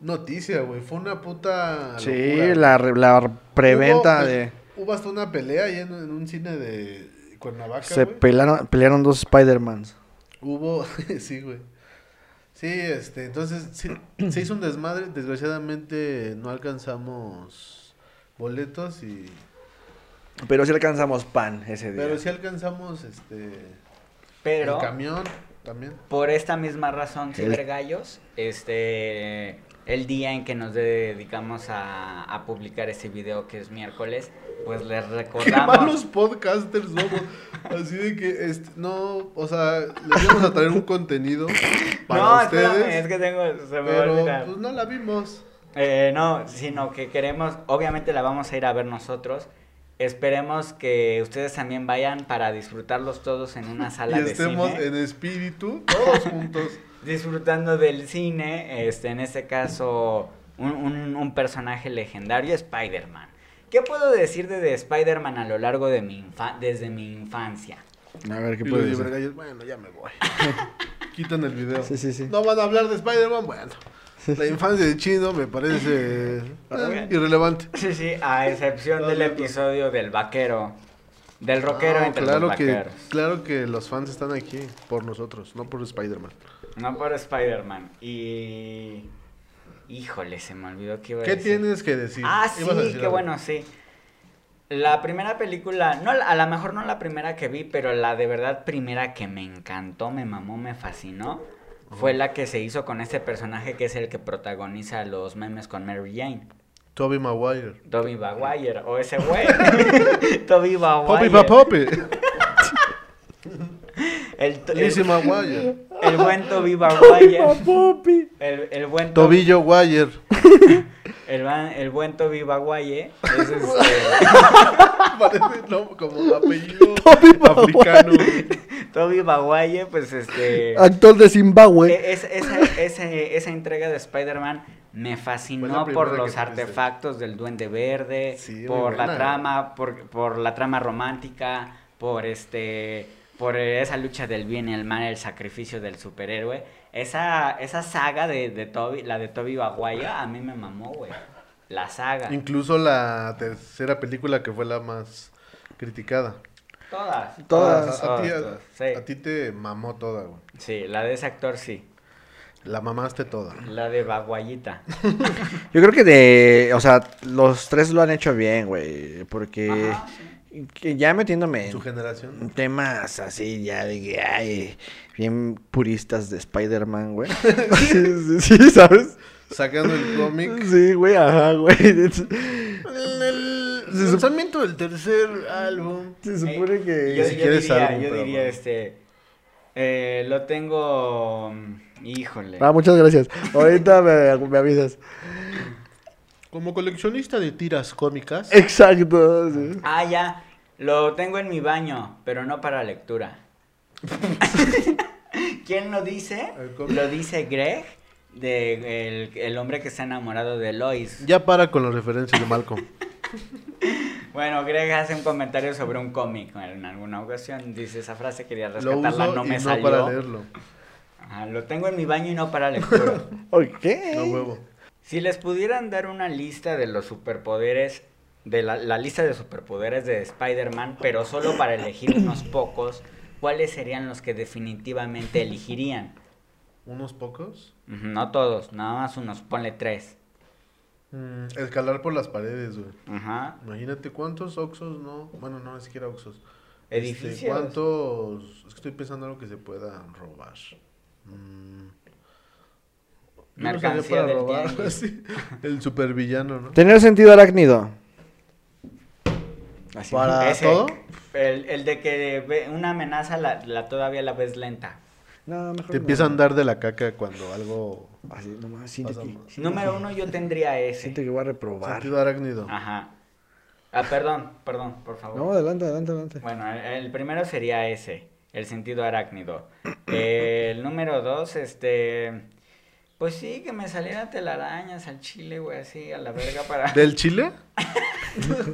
Speaker 4: noticia, güey. Fue una puta.
Speaker 3: Sí,
Speaker 4: locura.
Speaker 3: la, re- la preventa
Speaker 4: Hubo, pues,
Speaker 3: de...
Speaker 4: Hubo hasta una pelea ahí en, en un cine de Cuernavaca.
Speaker 3: Se
Speaker 4: pues, güey.
Speaker 3: pelaron, pelearon dos Spider-Mans.
Speaker 4: Hubo, sí, güey. Sí, este, entonces sí, se hizo un desmadre. Desgraciadamente no alcanzamos boletos y...
Speaker 3: Pero sí alcanzamos pan ese día.
Speaker 4: Pero sí alcanzamos, este...
Speaker 2: Pero
Speaker 4: El camión también.
Speaker 2: por esta misma razón,
Speaker 3: El-
Speaker 2: cibergallos, este el día en que nos dedicamos a, a publicar este video que es miércoles, pues les
Speaker 4: Qué malos
Speaker 2: recordamos.
Speaker 4: podcasters somos. Así de que, este, no, o sea, les vamos a traer un contenido para
Speaker 2: no,
Speaker 4: ustedes.
Speaker 2: espérame, es que tengo, se me va a
Speaker 4: Pero
Speaker 2: olvidar.
Speaker 4: pues no la vimos.
Speaker 2: Eh, no, sino que queremos, obviamente la vamos a ir a ver nosotros. Esperemos que ustedes también vayan para disfrutarlos todos en una sala
Speaker 4: Y
Speaker 2: de
Speaker 4: estemos
Speaker 2: cine.
Speaker 4: en espíritu, todos juntos.
Speaker 2: disfrutando del cine, este, en este caso, un, un- un personaje legendario, Spider-Man. ¿Qué puedo decir de, de Spider-Man a lo largo de mi infa- desde mi infancia?
Speaker 3: A ver, ¿qué
Speaker 4: Y
Speaker 3: puede
Speaker 4: los
Speaker 3: ser?
Speaker 4: libergallos, bueno, ya me voy. Quitan el video.
Speaker 3: Sí, sí, sí.
Speaker 4: No van a hablar de Spider-Man, bueno. La infancia de Chino me parece eh,
Speaker 2: Bueno.
Speaker 4: irrelevante.
Speaker 2: Sí, sí, a excepción
Speaker 4: No,
Speaker 2: del
Speaker 4: no, no.
Speaker 2: episodio del vaquero, del rockero
Speaker 4: No,
Speaker 2: entre
Speaker 4: claro
Speaker 2: los
Speaker 4: que,
Speaker 2: vaqueros.
Speaker 4: claro que los fans están aquí por nosotros, no por Spider-Man.
Speaker 2: No por Spider-Man. Y... Híjole, se me olvidó que iba a
Speaker 4: ¿Qué
Speaker 2: decir.
Speaker 4: tienes que decir?
Speaker 2: Pues Ah,
Speaker 4: Ibas a
Speaker 2: sí,
Speaker 4: decir
Speaker 2: qué
Speaker 4: algo.
Speaker 2: bueno, sí. La primera película, no, a lo mejor no la primera que vi, pero la de verdad primera que me encantó, me mamó, me fascinó, fue la que se hizo con este personaje que es el que protagoniza los memes con Mary Jane.
Speaker 4: Toby Maguire.
Speaker 2: Toby Maguire, o ese güey. Toby
Speaker 4: Poppy
Speaker 2: Maguire.
Speaker 4: pa Poppy.
Speaker 2: El, to- el-
Speaker 4: Lizzie Maguire.
Speaker 2: el buen Toby Maguire.
Speaker 3: Papupi.
Speaker 2: El, el buen Toby.
Speaker 4: Tobillo Wire.
Speaker 2: El, ban- el buen Toby Maguire. Es este,
Speaker 4: Parece no, como apellido africano.
Speaker 2: Toby Maguire, pues este.
Speaker 3: Actor de Zimbabue.
Speaker 2: Eh, es- esa, ese- esa entrega de Spider-Man me fascinó
Speaker 4: primera
Speaker 2: por
Speaker 4: que
Speaker 2: los
Speaker 4: tuviste.
Speaker 2: artefactos del Duende Verde,
Speaker 4: Sí, muy
Speaker 2: por la
Speaker 4: buena.
Speaker 2: trama, por, por la trama romántica, por este por esa lucha del bien y el mal, el sacrificio del superhéroe. Esa, esa saga de, de Toby, la de Toby Maguire, a mí me mamó, güey. La saga.
Speaker 4: Incluso la tercera película que fue la más criticada.
Speaker 2: Todas.
Speaker 3: Todas.
Speaker 4: A, a ti, a-
Speaker 2: todas, sí.
Speaker 4: a ti te mamó toda, güey.
Speaker 2: Sí, la de ese actor sí.
Speaker 4: La mamaste toda.
Speaker 2: La de Baguayita.
Speaker 3: Yo creo que de... O sea, los tres lo han hecho bien, güey. Porque...
Speaker 2: Ajá,
Speaker 3: que ya metiéndome
Speaker 4: Su
Speaker 3: en
Speaker 4: generación.
Speaker 3: temas así, ya de que ay, bien puristas de Spider-Man, güey. sí, sí, sí, ¿sabes?
Speaker 4: Sacando el cómic.
Speaker 3: Sí, güey, ajá, güey.
Speaker 4: El, el
Speaker 3: Se sup-
Speaker 4: lanzamiento del tercer álbum.
Speaker 3: Se supone
Speaker 2: Yo,
Speaker 4: Y
Speaker 3: que...
Speaker 4: si
Speaker 2: Eh, yo
Speaker 4: quieres
Speaker 2: diría,
Speaker 4: algo,
Speaker 2: yo
Speaker 4: pero
Speaker 2: diría
Speaker 4: bueno.
Speaker 2: este Eh, lo tengo. mm, Híjole.
Speaker 3: Ah, muchas gracias. Ahorita me, me avisas.
Speaker 4: Como coleccionista de tiras cómicas.
Speaker 3: Exacto. sí.
Speaker 2: Ah, ya. Lo tengo en mi baño, pero no para lectura. ¿Quién lo dice?
Speaker 4: El cómic.
Speaker 2: Lo dice Greg, de el, el hombre que está enamorado de Lois.
Speaker 4: Ya para con las referencias de Malcolm.
Speaker 2: Bueno, Greg hace un comentario sobre un cómic en alguna ocasión. Dice esa frase, quería
Speaker 4: Lo
Speaker 2: rescatarla,
Speaker 4: uso
Speaker 2: no me
Speaker 4: y
Speaker 2: salió.
Speaker 4: no para leerlo.
Speaker 2: Ajá, lo tengo en mi baño y no para lectura.
Speaker 3: Ok.
Speaker 2: Eh.
Speaker 4: No huevo.
Speaker 2: Si les pudieran dar una lista de los superpoderes, de la, la lista de superpoderes de Spider-Man, pero solo para elegir unos pocos, ¿cuáles serían los que definitivamente elegirían?
Speaker 4: Unos pocos.
Speaker 2: Ujú, No todos, nada más unos, ponle tres.
Speaker 4: Mm, escalar por las paredes, güey.
Speaker 2: Ajá.
Speaker 4: Imagínate cuántos oxos no. Bueno, no, ni siquiera oxos.
Speaker 2: Edificios.
Speaker 4: Este, ¿Cuántos? Es que estoy pensando en algo que se pueda robar. Mm. Yo no sabía
Speaker 2: Mercancía
Speaker 4: para
Speaker 2: del
Speaker 4: robar.
Speaker 2: tianguis.
Speaker 4: sí. El supervillano, ¿no?
Speaker 3: Tener sentido arácnido.
Speaker 2: Así.
Speaker 4: ¿Para todo?
Speaker 2: El, el de que ve- una amenaza la, la todavía la ves lenta.
Speaker 3: No, mejor.
Speaker 4: Te
Speaker 3: no.
Speaker 4: empieza a andar de la caca cuando algo.
Speaker 3: Así, nomás, siento
Speaker 4: Pasa
Speaker 3: que,
Speaker 4: más.
Speaker 2: Número uno yo tendría
Speaker 3: siento
Speaker 2: ese.
Speaker 3: que voy a reprobar.
Speaker 4: Sentido arácnido.
Speaker 2: Ajá. Ah, perdón, perdón, por favor.
Speaker 3: No, adelante, adelante, adelante.
Speaker 2: Bueno, el, el primero sería ese, el sentido arácnido. Eh, el número dos, este... Pues sí, que me salieran telarañas al chile, güey, así, a la verga para...
Speaker 4: ¿Del Chile?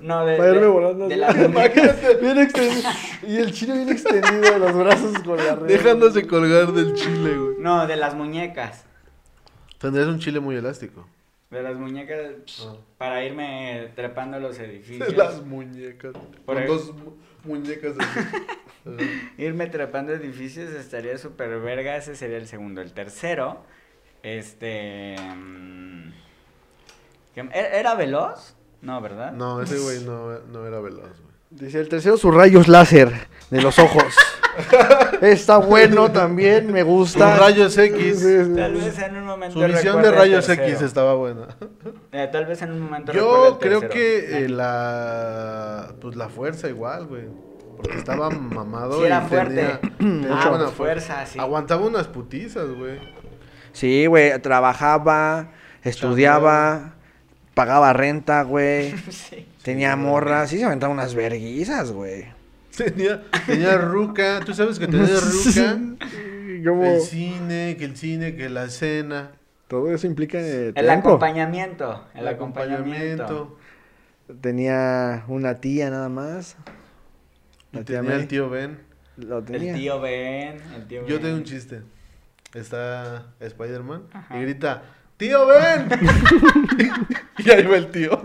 Speaker 2: No, de,
Speaker 3: Para irme
Speaker 2: de-
Speaker 3: volando.
Speaker 2: de
Speaker 3: así.
Speaker 2: la familia.
Speaker 3: Imagínate, bien extendido. Y el chile bien extendido de los brazos con la red.
Speaker 4: Dejándose colgar del Chile, güey.
Speaker 2: No, de las muñecas.
Speaker 4: Tendrías un Chile muy elástico.
Speaker 2: De las muñecas
Speaker 4: Ah.
Speaker 2: para irme trepando los edificios.
Speaker 4: Las muñecas.
Speaker 2: Por
Speaker 4: Con
Speaker 2: ahí.
Speaker 4: dos mu- muñecas. así.
Speaker 2: Irme trepando edificios estaría súper verga, ese sería el segundo. El tercero, este... mm, que- ¿e- ¿Era veloz? No, ¿verdad?
Speaker 4: no, ese güey no, no era veloz, güey.
Speaker 3: Dice el tercero, sus rayos láser de los ojos. Está bueno también, me gusta.
Speaker 4: Sus rayos X.
Speaker 3: Sí, sí.
Speaker 2: Tal vez en un momento...
Speaker 4: Su visión
Speaker 2: recuerde
Speaker 4: de
Speaker 2: el
Speaker 4: rayos
Speaker 2: tercero.
Speaker 4: X estaba buena.
Speaker 2: Eh, tal vez en un momento...
Speaker 4: Yo
Speaker 2: recuerde el
Speaker 4: creo
Speaker 2: tercero.
Speaker 4: que eh, la pues la fuerza igual, güey. Porque estaba mamado
Speaker 2: Sí, era
Speaker 4: y
Speaker 2: fuerte.
Speaker 4: tenía, tenía
Speaker 2: Ah,
Speaker 4: buena
Speaker 2: fuerza, sí.
Speaker 4: Aguantaba unas putizas, güey.
Speaker 3: Sí, güey, trabajaba, estudiaba, pagaba renta, güey.
Speaker 2: Sí.
Speaker 3: Tenía morras, sí se aventaba unas verguizas, güey.
Speaker 4: Tenía, tenía ruca, tú sabes que tenía ruca.
Speaker 3: Como
Speaker 4: El cine, que el cine, que la cena,
Speaker 3: todo eso implica
Speaker 2: El
Speaker 3: eh, tiempo.
Speaker 2: acompañamiento. El,
Speaker 4: el acompañamiento.
Speaker 2: acompañamiento.
Speaker 3: Tenía una tía nada más.
Speaker 4: Y
Speaker 3: La tía
Speaker 4: tenía
Speaker 3: May.
Speaker 4: el tío Ben.
Speaker 3: Lo tenía.
Speaker 2: El tío Ben. El tío
Speaker 4: Yo
Speaker 2: Ben.
Speaker 4: tengo un chiste. Está Spider-Man
Speaker 2: Ajá.
Speaker 4: y grita, ¡Tío Ben! y ahí va el tío.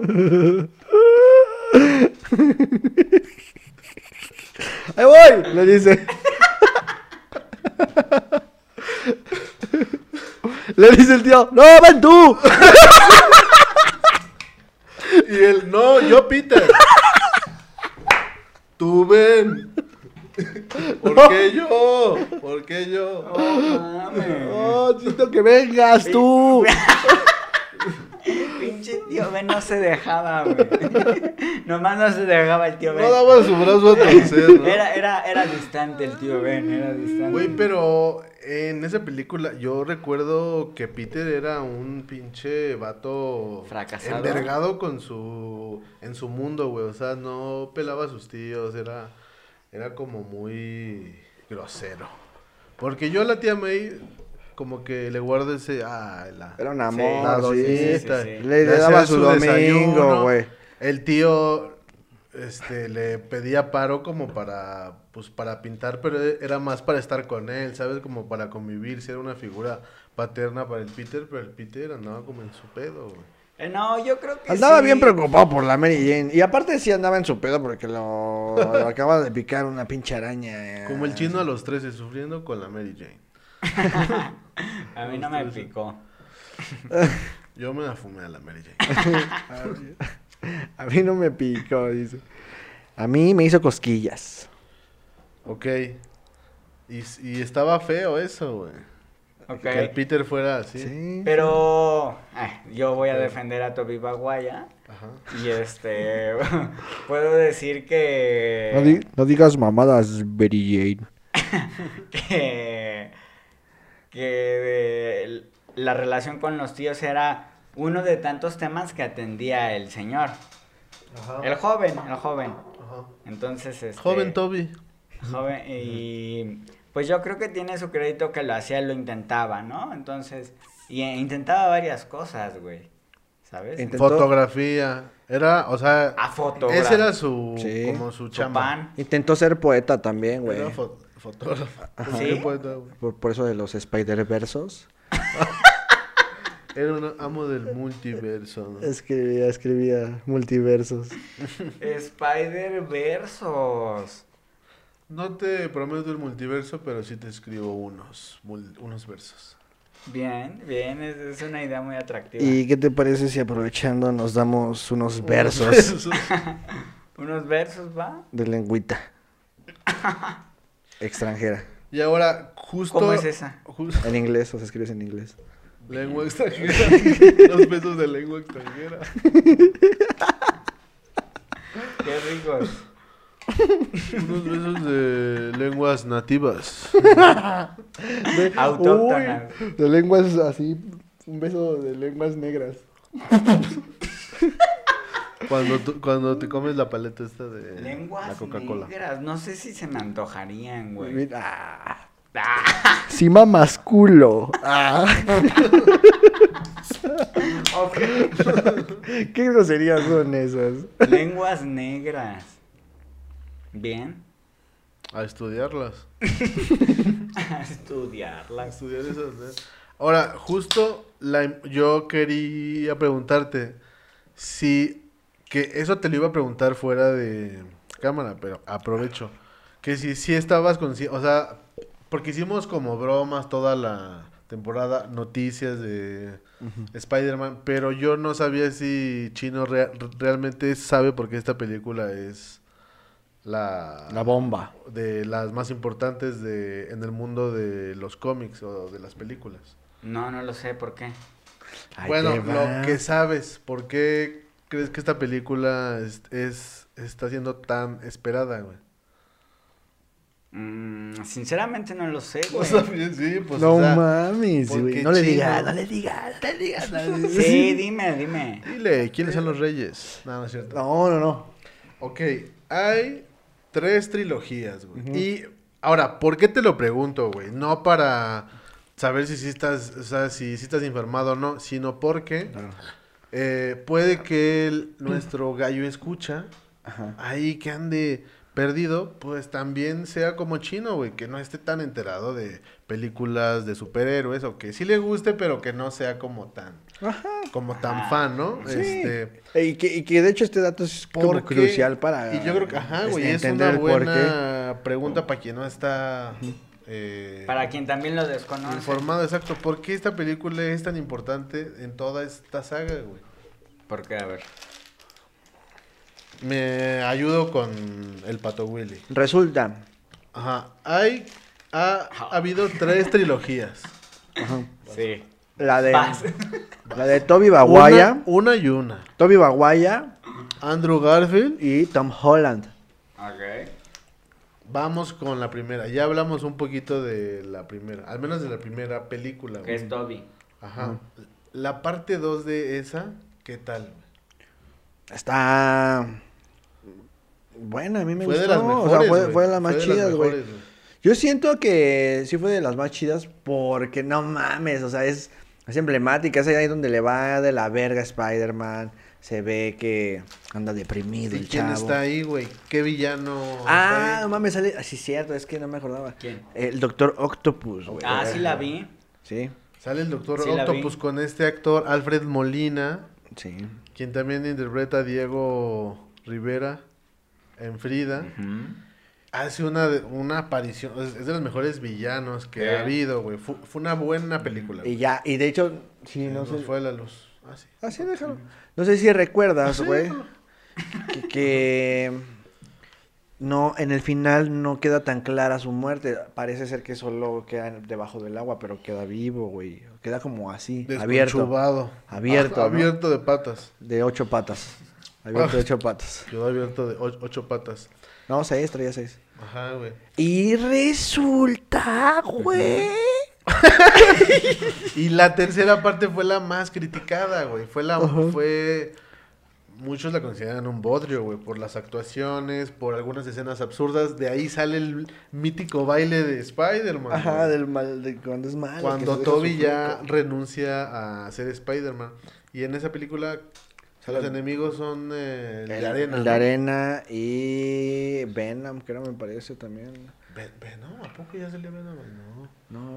Speaker 3: ¡Ahí voy! Le dice. Le dice el tío, ¡No, ven tú!
Speaker 4: Y él, no, yo Peter. Tú ven. ¿Por qué yo? ¿Por qué yo?
Speaker 2: No mames.
Speaker 3: ¡Oh, necesito que vengas tú!
Speaker 2: Pinche tío Ben no se dejaba, güey. Nomás no se dejaba el tío Ben.
Speaker 4: No daba su brazo a torcer, ¿no?
Speaker 2: Era, era, era distante el tío Ben, era distante.
Speaker 4: Güey, pero en esa película yo recuerdo que Peter era un pinche vato
Speaker 2: Fracasado.
Speaker 4: envergado con su en su mundo, güey, o sea, no pelaba a sus tíos, era era como muy grosero. Porque yo a la tía May como que le guardo ese ah, la
Speaker 3: Era un
Speaker 2: Sí,
Speaker 3: amor,
Speaker 4: la
Speaker 2: sí, sí, sí,
Speaker 4: doñita.
Speaker 2: sí.
Speaker 3: Le
Speaker 4: hacía
Speaker 3: daba su domingo,
Speaker 4: desayuno.
Speaker 3: güey.
Speaker 4: El tío este le pedía paro como para pues para pintar, pero era más para estar con él, ¿sabes? Como para convivir, si era una figura paterna para el Peter, pero el Peter andaba como en su pedo, güey.
Speaker 2: Eh, no, yo creo que.
Speaker 3: Andaba
Speaker 2: sí.
Speaker 3: bien preocupado por la Mary Jane. Y aparte sí andaba en su pedo porque lo, lo acaba de picar una pinche araña. eh.
Speaker 4: Como el chino a los 13 sufriendo con la Mary Jane.
Speaker 2: A mí no me picó.
Speaker 4: Yo me la fumé a la Mary Jane.
Speaker 3: A mí no me picó, dice. A mí me hizo cosquillas.
Speaker 4: ok. Y, y estaba feo eso, güey.
Speaker 2: Ok.
Speaker 4: Que el Peter fuera así.
Speaker 3: Sí.
Speaker 2: Pero. ah, yo voy a defender a Toby Maguaya.
Speaker 4: Ajá.
Speaker 2: Y este. puedo decir que.
Speaker 3: No, di- no digas mamadas, Mary Jane.
Speaker 2: que, que el- la relación con los tíos era uno de tantos temas que atendía el señor.
Speaker 4: Ajá.
Speaker 2: El joven, el joven.
Speaker 4: Ajá.
Speaker 2: Entonces, este,
Speaker 4: Joven Toby.
Speaker 2: joven, y pues yo creo que tiene su crédito que lo hacía, lo intentaba, ¿no? Entonces, y eh, intentaba varias cosas, güey. ¿Sabes?
Speaker 3: Intentó-
Speaker 4: Fotografía. Era, o sea,
Speaker 2: A fotógrafo.
Speaker 4: ese era su,
Speaker 3: Sí.
Speaker 4: como su
Speaker 2: su
Speaker 4: chamba.
Speaker 2: pan.
Speaker 3: Intentó ser poeta también, güey.
Speaker 4: Era fo- fotógrafa.
Speaker 2: Ajá.
Speaker 4: Era
Speaker 2: ¿Sí?
Speaker 4: poeta, güey.
Speaker 3: Por, por eso de los Spider-Versos.
Speaker 4: Era un amo del multiverso. ¿no?
Speaker 3: Escribía, escribía multiversos.
Speaker 2: Spider Versos.
Speaker 4: No te prometo el multiverso, pero sí te escribo unos, mul- unos versos.
Speaker 2: Bien, bien, es, es una idea muy atractiva.
Speaker 3: ¿Y qué te parece si aprovechando nos damos unos versos
Speaker 2: Unos versos, va.
Speaker 3: de lengüita extranjera?
Speaker 4: y ahora, justo.
Speaker 2: ¿Cómo es esa?
Speaker 4: justo-
Speaker 3: En inglés, o sea, escribes en inglés.
Speaker 4: lengua extranjera. Los besos de lengua extranjera.
Speaker 2: Qué ricos.
Speaker 4: Unos besos de lenguas nativas.
Speaker 3: De,
Speaker 2: Autóctonas.
Speaker 3: Uy, de lenguas así, un beso de lenguas negras.
Speaker 4: Cuando, tú- cuando te comes la paleta esta de la
Speaker 2: Lenguas
Speaker 4: Coca-Cola.
Speaker 2: negras. No sé si se me antojarían, güey.
Speaker 3: Mira,
Speaker 2: Ah,
Speaker 3: si mamas culo. Ah,
Speaker 2: ok.
Speaker 3: qué groserías son esas.
Speaker 2: Lenguas negras. Bien.
Speaker 4: A estudiarlas.
Speaker 2: A ¿eh? estudiarlas.
Speaker 4: estudiar esas, ¿no? Ahora, justo la, im- yo quería preguntarte si que eso te lo iba a preguntar fuera de cámara, pero aprovecho que si si estabas con, o sea, porque hicimos como bromas toda la temporada noticias de Spider-Man, pero yo no sabía si Chino rea- realmente sabe por qué esta película es la
Speaker 3: bomba.
Speaker 4: de las más importantes de, en el mundo de los cómics o de las películas.
Speaker 2: No, no lo sé por qué.
Speaker 4: bueno, lo que sabes, ¿por qué crees que esta película es, es- está siendo tan esperada, güey?
Speaker 2: Mm, sinceramente no lo sé,
Speaker 4: O
Speaker 2: güey.
Speaker 4: sea, sí, pues,
Speaker 3: no
Speaker 4: o sea,
Speaker 3: mames,
Speaker 4: porque
Speaker 3: güey. No le
Speaker 4: chino.
Speaker 3: digas, no le digas, no le digas. no le digas.
Speaker 2: Sí, dime, dime.
Speaker 4: Dile, ¿quiénes son los reyes? No, no es cierto.
Speaker 3: No, no, no.
Speaker 4: Ok, hay tres trilogías, güey. Y ahora, ¿por qué te lo pregunto, güey? No para saber si sí estás, o sea, si, sí estás informado o no, sino porque eh, puede que el- nuestro gallo escucha
Speaker 3: Ajá.
Speaker 4: ahí que ande perdido, pues también sea como chino, güey, que no esté tan enterado de películas de superhéroes o que sí le guste, pero que no sea como tan, como tan
Speaker 2: Ajá.
Speaker 4: fan, ¿no?
Speaker 3: Ah, Sí. Eh,
Speaker 4: Este,
Speaker 3: Y que, y que de hecho este dato es como
Speaker 4: porque-
Speaker 3: crucial para
Speaker 4: Y yo creo que, ajá,
Speaker 3: este,
Speaker 4: güey, es
Speaker 3: entender
Speaker 4: una
Speaker 3: el porqué.
Speaker 4: buena pregunta para quien no está eh,
Speaker 2: Para quien también lo desconoce.
Speaker 4: informado, exacto. ¿Por qué esta película es tan importante en toda esta saga, güey?
Speaker 2: ¿Por qué? A ver.
Speaker 4: Me ayudo con el Pato Willy.
Speaker 3: Resulta.
Speaker 4: Ajá, hay, ha, ha habido tres trilogías.
Speaker 3: ajá,
Speaker 2: Sí.
Speaker 3: la de
Speaker 2: Vas.
Speaker 3: la de Toby Maguire,
Speaker 4: Una, una y una.
Speaker 3: Toby Maguire
Speaker 4: Andrew Garfield,
Speaker 3: y Tom Holland.
Speaker 2: Ok.
Speaker 4: vamos con la primera. Ya hablamos un poquito de la primera, al menos de la primera película.
Speaker 2: Que
Speaker 4: güey.
Speaker 2: es Toby.
Speaker 4: Ajá. La parte 2 de esa, ¿qué tal?
Speaker 3: Está buena, a mí me
Speaker 4: fue
Speaker 3: gustó,
Speaker 4: de las mejores.
Speaker 3: o sea, fue,
Speaker 4: güey.
Speaker 3: fue de las más
Speaker 4: Fue de
Speaker 3: chidas, güey.
Speaker 4: mejores,
Speaker 3: Yo siento que sí fue de las más chidas porque no mames, o sea, es, es emblemática, es ahí donde le va de la verga a Spider-Man, se ve que anda deprimido
Speaker 4: ¿Y
Speaker 3: el
Speaker 4: quién
Speaker 3: chavo.
Speaker 4: está ahí, güey? ¿Qué villano?
Speaker 3: Ah,
Speaker 4: está
Speaker 3: no
Speaker 4: ahí?
Speaker 3: mames, sale. ah, Sí, cierto, es que no me acordaba.
Speaker 2: ¿Quién?
Speaker 3: El doctor Octopus, güey.
Speaker 2: Ah, sí la vi.
Speaker 3: Sí,
Speaker 4: Sale el doctor
Speaker 2: Sí, la vi.
Speaker 4: Octopus con este actor Alfred Molina,
Speaker 3: sí.
Speaker 4: quien también interpreta a Diego Rivera en Frida.
Speaker 2: Mm.
Speaker 4: Hace una, de- una aparición, es, es de los mejores villanos que
Speaker 2: Sí.
Speaker 4: ha habido, güey. Fu- Fue, una buena película.
Speaker 3: Y
Speaker 4: güey.
Speaker 3: ya, y de hecho, sí,
Speaker 4: Se
Speaker 3: no
Speaker 4: nos
Speaker 3: sé.
Speaker 4: fue la luz. Ah, sí.
Speaker 3: Ah, sí, déjalo. No sé si recuerdas,
Speaker 4: Sí,
Speaker 3: güey.
Speaker 4: déjalo.
Speaker 3: Que, que no, en el final no queda tan clara su muerte. Parece ser que solo queda debajo del agua, pero queda vivo, güey. Queda como así, abierto.
Speaker 4: Desconchubado.
Speaker 3: Abierto,
Speaker 4: Ah,
Speaker 3: ¿no?
Speaker 4: abierto Ah. de patas.
Speaker 3: De ocho patas. Abierto de ocho patas.
Speaker 4: Quedó abierto de och- ocho, patas.
Speaker 3: No, seis, traía seis.
Speaker 4: Ajá, güey.
Speaker 3: Y resulta, güey.
Speaker 4: Y la tercera parte fue la más criticada, güey. Fue la
Speaker 3: Ajá.
Speaker 4: fue muchos la consideran un bodrio, güey, por las actuaciones, por algunas escenas absurdas. De ahí sale el mítico baile de Spider-Man.
Speaker 3: Ajá,
Speaker 4: güey.
Speaker 3: del mal, de cuando es
Speaker 4: Ah,
Speaker 3: malo.
Speaker 4: cuando Toby ya renuncia a ser Spider-Man y en esa película los enemigos son eh, el de arena.
Speaker 3: El de arena y Venom, que era, me parece también.
Speaker 4: Ve- Venom, ¿a poco ya salió Venom? No.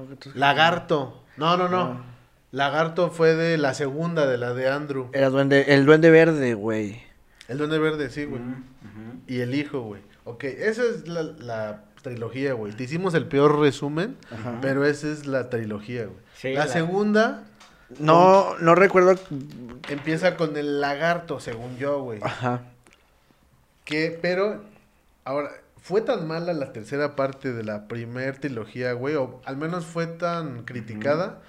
Speaker 3: No, que tú-
Speaker 4: Lagarto. No, no, no,
Speaker 3: No.
Speaker 4: Lagarto fue de la segunda, de la de Andrew.
Speaker 3: Era duende, el duende verde, güey.
Speaker 4: El Duende Verde, sí, güey.
Speaker 2: Mm. Ujú.
Speaker 4: Y el hijo, güey. Ok, esa es la, la trilogía, güey. Te hicimos el peor resumen, pero esa es la trilogía, güey.
Speaker 2: Sí,
Speaker 4: la,
Speaker 2: la-
Speaker 4: segunda
Speaker 3: No, no recuerdo.
Speaker 4: empieza con el lagarto, según yo, güey.
Speaker 3: Ajá.
Speaker 4: Que, pero, ahora, fue tan mala la tercera parte de la primer trilogía, güey, o al menos fue tan criticada,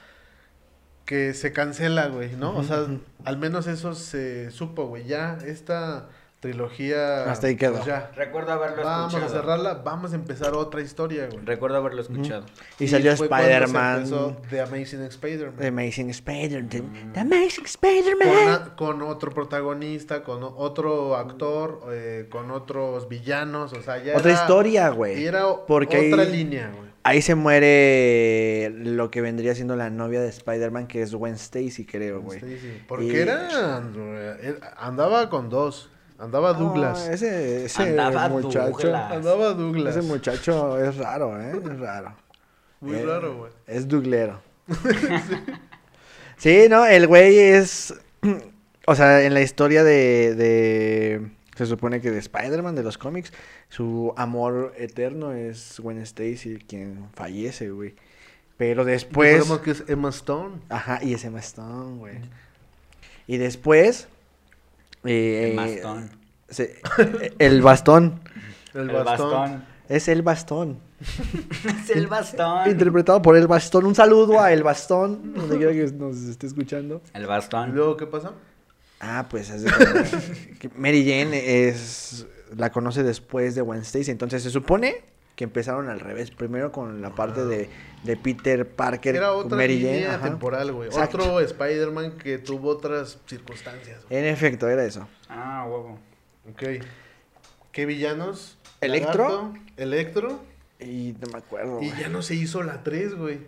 Speaker 4: que se cancela, güey, ¿no? O sea, al menos eso se supo, güey, ya esta trilogía...
Speaker 3: Hasta ahí quedó.
Speaker 4: pues ya.
Speaker 2: Recuerdo haberlo
Speaker 4: Vamos a
Speaker 2: escuchado.
Speaker 4: cerrarla, vamos a empezar otra historia, güey.
Speaker 2: Recuerdo haberlo escuchado.
Speaker 3: Y, salió
Speaker 4: fue cuando se
Speaker 3: Spider-Man.
Speaker 4: empezó The Amazing Spider-Man.
Speaker 3: The Amazing Spider-Man. The- The Amazing Spider-Man.
Speaker 4: con, a- con otro protagonista, con o- otro actor, eh, con otros villanos, o sea, ya
Speaker 3: Otra
Speaker 4: era-
Speaker 3: historia, güey.
Speaker 4: Y era o-
Speaker 3: Porque
Speaker 4: otra
Speaker 3: ahí-
Speaker 4: línea, güey.
Speaker 3: Ahí se muere lo que vendría siendo la novia de Spider-Man, que es Gwen Stacy, creo, güey.
Speaker 4: Sí, sí. Este, Porque
Speaker 3: Y-
Speaker 4: era, eh, era- andaba con dos, andaba Douglas,
Speaker 3: Ah, ese ese
Speaker 2: Andaba
Speaker 3: muchacho.
Speaker 2: Douglas.
Speaker 4: andaba Douglas.
Speaker 3: Ese muchacho es raro, ¿eh? Es raro.
Speaker 4: Muy
Speaker 3: Eh,
Speaker 4: raro, güey.
Speaker 3: Es duglero. sí, no, el güey es. O sea, en la historia de. de- se supone que de Spider-Man, de los cómics, su amor eterno es Gwen Stacy, quien fallece, güey. Pero después.
Speaker 4: Recordemos que es Emma Stone.
Speaker 3: Ajá, y ese Mastón, güey. Y después. eh,
Speaker 2: El bastón.
Speaker 3: se- el bastón.
Speaker 4: El, bastón.
Speaker 3: Es el bastón.
Speaker 2: es el bastón.
Speaker 3: Interpretado por El Bastón. Un saludo a El Bastón, donde quiera que nos esté escuchando.
Speaker 2: El
Speaker 4: ¿Y
Speaker 2: bastón.
Speaker 4: luego qué pasa?
Speaker 3: Ah, pues haz de cuenta que Mary Jane es la conoce después de Gwen Stacy, entonces se supone que empezaron al revés, primero con la parte de, de Peter Parker
Speaker 4: Era
Speaker 3: con
Speaker 4: otra
Speaker 3: Mary Jane,
Speaker 4: línea
Speaker 3: ajá.
Speaker 4: temporal, güey.
Speaker 3: Exacto.
Speaker 4: Otro Spider-Man que tuvo otras circunstancias, güey.
Speaker 3: En efecto, era eso.
Speaker 2: Ah, huevo.
Speaker 4: Ok. ¿Qué villanos?
Speaker 3: Eh. ¿Electro?
Speaker 4: Lagarto, Electro.
Speaker 3: Y no me acuerdo.
Speaker 4: Y
Speaker 3: güey.
Speaker 4: ya no se hizo la 3, güey.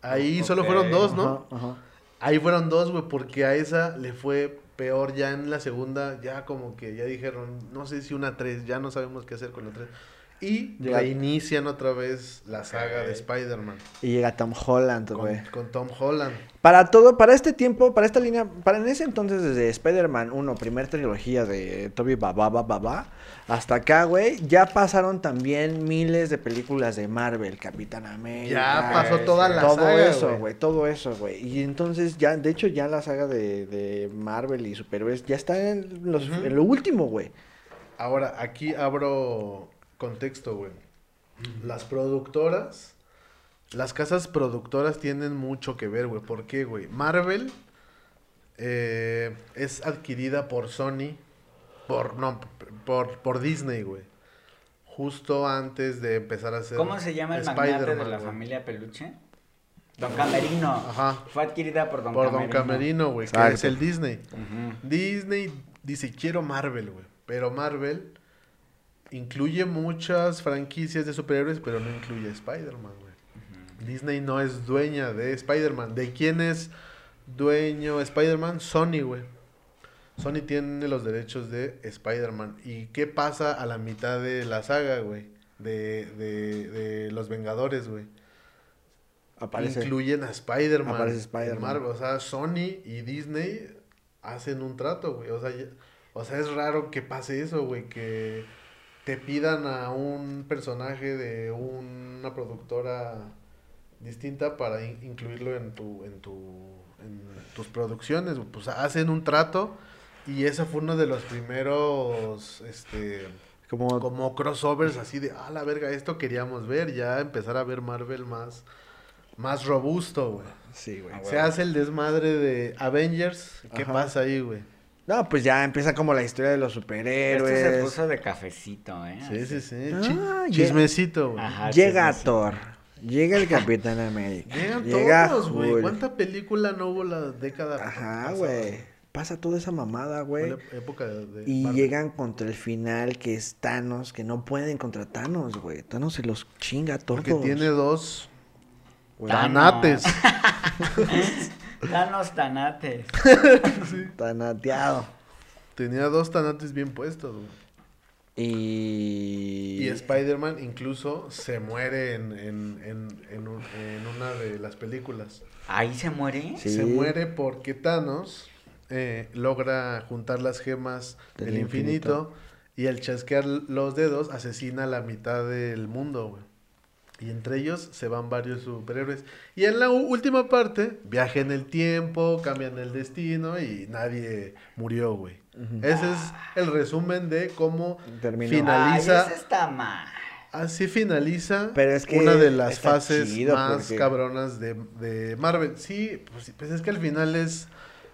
Speaker 4: Ahí
Speaker 2: Ok.
Speaker 4: solo fueron dos, ¿no?
Speaker 3: Ajá, ajá.
Speaker 4: Ahí fueron dos, güey, porque a esa le fue peor ya en la segunda. Ya como que ya dijeron, no sé si una 3, ya no sabemos qué hacer con la 3. Y
Speaker 3: Llega-
Speaker 4: reinician otra vez la saga de Spider-Man
Speaker 3: Y llega Tom Holland, güey.
Speaker 4: con, con Tom Holland.
Speaker 3: Para todo, para este tiempo, para esta línea, para en ese entonces desde Spider-Man 1, primer trilogía de Toby Baba Baba, hasta acá, güey, ya pasaron también miles de películas de Marvel, Capitán América.
Speaker 4: Ya pasó
Speaker 2: sí.
Speaker 4: toda la
Speaker 3: todo
Speaker 4: saga,
Speaker 3: eso, güey, todo eso, güey. Y entonces ya, de hecho ya la saga de, de Marvel y superhéroes ya está en, los,
Speaker 4: Ujú.
Speaker 3: en lo último, güey.
Speaker 4: Ahora, aquí abro contexto, güey. Las productoras, las casas productoras tienen mucho que ver, güey. ¿Por qué, güey? Marvel eh, es adquirida por Sony, por, no, por, por Disney, güey. Justo antes de empezar a hacer
Speaker 2: ¿Cómo se llama el magnate de
Speaker 4: Spider-Man,
Speaker 2: la
Speaker 4: güey.
Speaker 2: familia Peluche? Don Camerino.
Speaker 4: Ajá.
Speaker 2: Fue adquirida por Don
Speaker 4: Por
Speaker 2: Camerino.
Speaker 4: Don Camerino, güey, que
Speaker 3: Exacto.
Speaker 4: es el Disney.
Speaker 2: Ujú.
Speaker 4: Disney dice, quiero Marvel, güey. Pero Marvel incluye muchas franquicias de superhéroes, pero no incluye a Spider-Man, güey. Disney no es dueña de Spider-Man. ¿De quién es dueño Spider-Man? Sony, güey. Sony tiene los derechos de Spider-Man. ¿Y qué pasa a la mitad de la saga, güey? De, de, de Los Vengadores, güey.
Speaker 3: Aparece.
Speaker 4: Incluyen a Spider-Man.
Speaker 3: Aparece Spider-Man.
Speaker 4: en Marvel. O sea, Sony y Disney hacen un trato, güey. O sea, ya- o sea, es raro que pase eso, güey. Que te pidan a un personaje de una productora distinta para in- incluirlo en tu, en tu, en tus producciones. güey. Pues hacen un trato y ese fue uno de los primeros, este,
Speaker 3: como,
Speaker 4: como crossovers así de, ah, la verga, esto queríamos ver, ya empezar a ver Marvel más, más robusto, güey.
Speaker 3: Sí, güey.
Speaker 2: Ah,
Speaker 4: Se hace el desmadre de Avengers, ¿qué
Speaker 3: Ajá.
Speaker 4: pasa ahí, güey?
Speaker 3: No, pues ya empieza como la historia de los
Speaker 4: Este
Speaker 2: Esto
Speaker 3: superhéroes.
Speaker 2: este se puso de cafecito, ¿eh?
Speaker 4: Sí, sí, sí.
Speaker 3: Ah,
Speaker 4: Chi-
Speaker 3: ya.
Speaker 4: chismecito, güey.
Speaker 2: Ajá,
Speaker 3: Llega
Speaker 2: chismecito.
Speaker 3: Thor. Llega el Capitán América.
Speaker 4: Llegan
Speaker 3: llega
Speaker 4: todos, pues, güey.
Speaker 3: Hulk.
Speaker 4: ¿Cuánta película no hubo la década?
Speaker 3: Ajá,
Speaker 4: pasada?
Speaker 3: güey. Pasa toda esa mamada,
Speaker 4: Fue
Speaker 3: güey.
Speaker 4: la época de, de
Speaker 3: Y
Speaker 4: Marvel.
Speaker 3: llegan contra el final que es Thanos, que no pueden contra Thanos, güey. Thanos se los chinga a todos.
Speaker 4: Porque tiene dos
Speaker 3: Güey,
Speaker 4: tanates.
Speaker 2: Danos tanates.
Speaker 3: Tanateado.
Speaker 4: Tenía dos tanates bien puestos, güey.
Speaker 3: Y...
Speaker 4: Y Spider-Man incluso se muere en, en, en, en un- en una de las películas.
Speaker 2: Ahí se muere.
Speaker 3: Sí.
Speaker 4: Se muere porque Thanos eh, logra juntar las gemas
Speaker 3: Del
Speaker 4: del, infinito, y al chasquear los dedos asesina a la mitad del mundo, güey. Y entre ellos se van varios superhéroes. Y en la u- última parte, viaja en el tiempo, cambian el destino y nadie murió, güey. Ese es el resumen de cómo
Speaker 3: Terminó.
Speaker 4: finaliza.
Speaker 2: Ay, Ah, ese está mal.
Speaker 4: Así finaliza
Speaker 3: Pero es que
Speaker 4: una de las
Speaker 3: está
Speaker 4: fases
Speaker 3: chido
Speaker 4: más
Speaker 3: porque-
Speaker 4: cabronas de, de Marvel. Sí, pues, pues es que al final es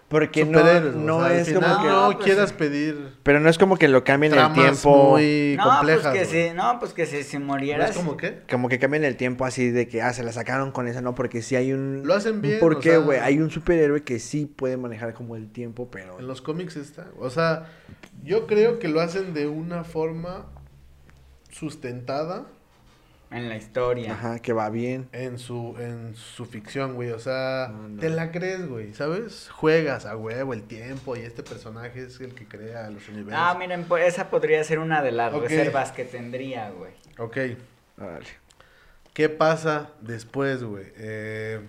Speaker 3: Porque no,
Speaker 4: superhéroes,
Speaker 3: no
Speaker 4: o sea, al
Speaker 3: es
Speaker 4: final
Speaker 3: como que...
Speaker 4: no
Speaker 2: Ah, pues
Speaker 4: quieras
Speaker 2: sí.
Speaker 4: pedir
Speaker 3: Pero no es como que lo cambien el
Speaker 4: tramas
Speaker 3: tiempo.
Speaker 4: muy
Speaker 2: No,
Speaker 4: complejas.
Speaker 2: pues que
Speaker 4: güey.
Speaker 2: se, no, pues que se, se
Speaker 4: ¿No
Speaker 2: muriera.
Speaker 4: es como que?
Speaker 3: Como que cambien el tiempo así de que, ah, se la sacaron con esa, no, porque sí hay un...
Speaker 4: Lo hacen
Speaker 3: un
Speaker 4: bien,
Speaker 3: ¿Por
Speaker 4: o
Speaker 3: qué,
Speaker 4: sea-
Speaker 3: güey? Hay un superhéroe que sí puede manejar como el tiempo, pero...
Speaker 4: En los cómics está. O sea, yo creo que lo hacen de una forma sustentada
Speaker 2: En la historia.
Speaker 3: Ajá, que va bien.
Speaker 4: en su en su ficción, güey. O sea,
Speaker 3: Ándale.
Speaker 4: te la crees, güey, ¿sabes? Juegas a huevo el tiempo y este personaje es el que crea los universos.
Speaker 2: Ah, miren, pues esa podría ser una de las
Speaker 4: Ok.
Speaker 2: reservas que tendría, güey.
Speaker 4: Ok,
Speaker 3: Órale.
Speaker 4: ¿qué pasa después, güey? Eh,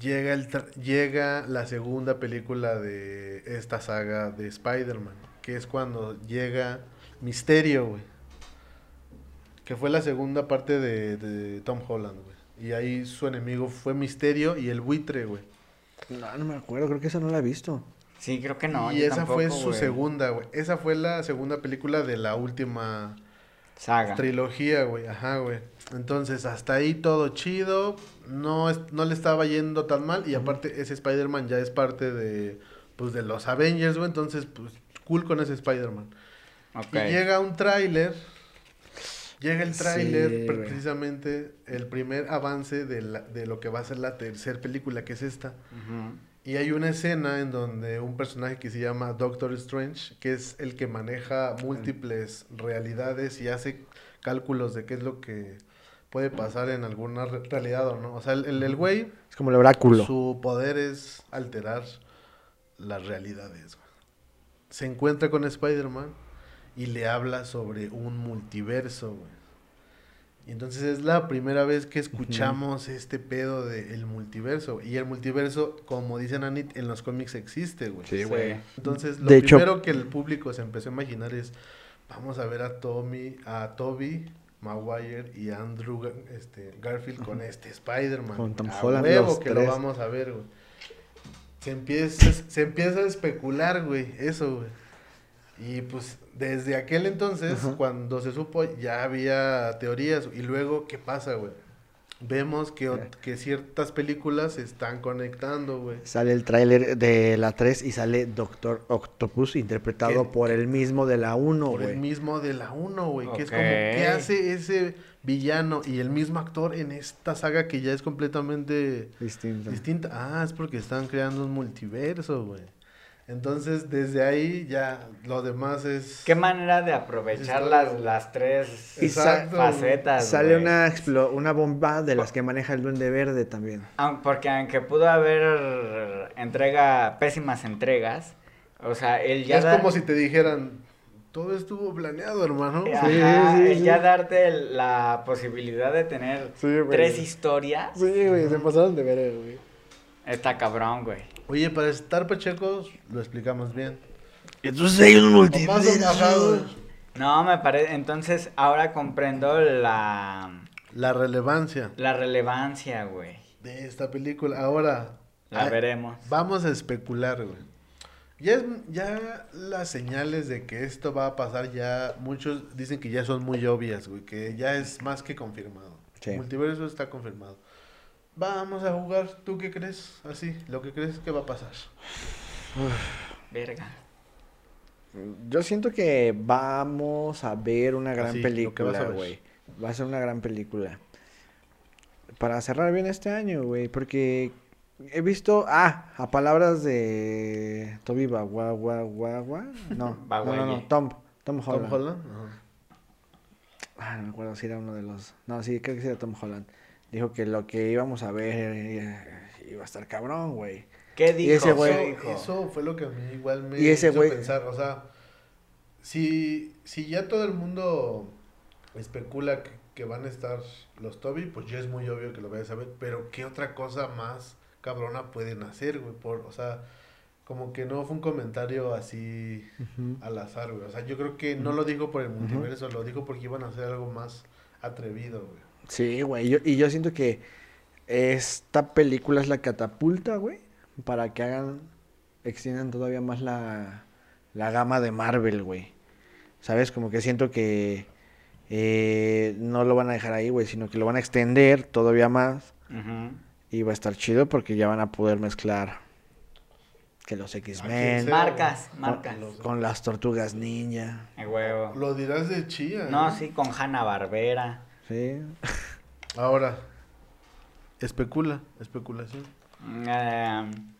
Speaker 4: llega, el tra- llega la segunda película de esta saga de Spider-Man, que es cuando llega Misterio, güey. Que fue la segunda parte de, de Tom Holland, güey. Y ahí su enemigo fue Misterio y el buitre, güey.
Speaker 3: No, no me acuerdo, creo que esa no la he visto.
Speaker 2: Sí, creo que no.
Speaker 4: y
Speaker 2: yo
Speaker 4: esa fue
Speaker 2: tampoco,
Speaker 4: su
Speaker 2: güey.
Speaker 4: segunda, güey. Esa fue la segunda película de la última
Speaker 2: saga.
Speaker 4: Trilogía, güey, ajá, güey. Entonces, hasta ahí todo chido, no, es- no le estaba yendo tan mal y aparte ese Spider-Man ya es parte de, pues, de los Avengers, güey, entonces, pues, cool con ese Spider-Man.
Speaker 2: Ok.
Speaker 4: Y llega un tráiler, llega el
Speaker 3: Sí,
Speaker 4: tráiler, pre-
Speaker 3: güey.
Speaker 4: precisamente el primer avance de, la- de lo que va a ser la tercera película, que es esta.
Speaker 2: Ujú.
Speaker 4: Y hay una escena en donde un personaje que se llama Doctor Strange, que es el que maneja múltiples realidades y hace cálculos de qué es lo que puede pasar en alguna re- realidad o no. O sea, el, el, el güey,
Speaker 3: Es como el oráculo.
Speaker 4: su poder es alterar las realidades. güey. Se encuentra con Spider-Man y le habla sobre un multiverso, güey. Y entonces es la primera vez que escuchamos este pedo del multiverso. güey. Y el multiverso, como dicen Anit, en los cómics existe, güey.
Speaker 2: Sí, güey.
Speaker 4: Entonces, lo
Speaker 3: De hecho-
Speaker 4: primero que el público se empezó a imaginar es, vamos a ver a Tommy, a Toby Maguire y a Andrew Gar- este, Garfield con este Spider-Man.
Speaker 3: Con Tom
Speaker 4: a
Speaker 3: Holland,
Speaker 4: huevo
Speaker 3: los
Speaker 4: que
Speaker 3: tres.
Speaker 4: lo vamos a ver, güey. Se empieza, se empieza a especular, güey, eso, güey. Y pues desde aquel entonces, cuando se supo, ya había teorías. Y luego, ¿qué pasa, güey? Vemos que,
Speaker 3: Eh.
Speaker 4: ot- que ciertas películas se están conectando, güey.
Speaker 3: Sale el tráiler de la 3 y sale Doctor Octopus interpretado
Speaker 4: Que-
Speaker 3: por el mismo de la 1,
Speaker 4: Por el
Speaker 3: güey.
Speaker 4: mismo de la 1, güey. Que es como, ¿qué
Speaker 2: Ok.
Speaker 4: hace ese villano y el mismo actor en esta saga que ya es completamente
Speaker 3: Distinto.
Speaker 4: distinta? Ah, es porque están creando un multiverso, güey. Entonces, desde ahí ya lo demás es.
Speaker 2: Qué manera de aprovechar
Speaker 4: Está-
Speaker 2: las, las tres
Speaker 3: Y sa-
Speaker 4: Exacto, güey.
Speaker 2: facetas.
Speaker 3: Sale
Speaker 2: güey.
Speaker 3: una, explo- una bomba de las que maneja el Duende Verde también.
Speaker 2: Aun- Porque aunque pudo haber entrega, pésimas entregas, o sea, él ya...
Speaker 4: es
Speaker 2: da-
Speaker 4: como si te dijeran, todo estuvo planeado, hermano.
Speaker 2: Ajá,
Speaker 3: Sí, sí, sí.
Speaker 2: ya darte el- la posibilidad de tener
Speaker 3: Sí, güey.
Speaker 2: tres historias
Speaker 3: Sí, güey, se pasaron de ver, güey.
Speaker 2: está cabrón, güey.
Speaker 4: Oye, para estar pachecos, lo explicamos bien.
Speaker 3: Entonces hay un
Speaker 4: O más o bajado, güey,
Speaker 2: No, me parece. Entonces ahora comprendo la,
Speaker 4: la relevancia
Speaker 2: la relevancia, güey.
Speaker 4: de esta película. Ahora,
Speaker 2: La
Speaker 4: ah,
Speaker 2: veremos.
Speaker 4: Vamos a especular, güey. Ya, es- ya las señales de que esto va a pasar ya, muchos dicen que ya son muy obvias, güey, que ya es más que confirmado.
Speaker 3: Sí.
Speaker 4: El Multiverso está confirmado. Vamos a jugar, ¿tú qué crees? Así, lo que crees que va a pasar.
Speaker 2: Verga.
Speaker 3: Yo siento que vamos a ver una gran
Speaker 4: Así, Ah, lo que vas
Speaker 3: película,
Speaker 4: a ver.
Speaker 3: güey. Va a ser una gran película. Para cerrar bien este año, güey, porque he visto, ah, a palabras de Toby Bagua, gua, gua, gua. No, no, no, no,
Speaker 2: Baguaye.
Speaker 3: Tom, Tom Holland.
Speaker 4: Tom Holland. Ajá.
Speaker 3: Ah, no me acuerdo si era uno de los, no, sí, creo que sí era Tom Holland. Dijo que lo que íbamos a ver eh, iba a estar cabrón, güey.
Speaker 2: ¿Qué dijo?
Speaker 3: ese
Speaker 2: ¿Qué
Speaker 3: güey-
Speaker 2: dijo?
Speaker 4: Eso fue lo que a mí igual me
Speaker 3: Y ese
Speaker 4: hizo
Speaker 3: güey-
Speaker 4: pensar. O sea, si, si ya todo el mundo especula que, que van a estar los Toby, pues ya es muy obvio que lo vayas a ver. Pero ¿qué otra cosa más cabrona pueden hacer, güey? Por, o sea, como que no fue un comentario así al azar, güey. O sea, yo creo que no lo dijo por el multiverso, lo dijo porque iban a hacer algo más atrevido, güey.
Speaker 3: Sí, güey. yo- y yo siento que esta película es la catapulta, güey, para que hagan, extiendan todavía más la, la gama de Marvel, güey. ¿Sabes? Como que siento que eh, no lo van a dejar ahí, güey, sino que lo van a extender todavía más
Speaker 2: Ujú.
Speaker 3: y va a estar chido porque ya van a poder mezclar que los
Speaker 4: sea,
Speaker 3: X-Men
Speaker 4: güey.
Speaker 2: Marcas, eh, marcas.
Speaker 4: Los-
Speaker 3: con las tortugas ninja,
Speaker 2: El huevo.
Speaker 4: Lo dirás de chía.
Speaker 2: No,
Speaker 4: ¿eh?
Speaker 2: sí, con Hanna Barbera.
Speaker 3: ¿sí?
Speaker 4: Ahora, especula, especulación.
Speaker 2: Em,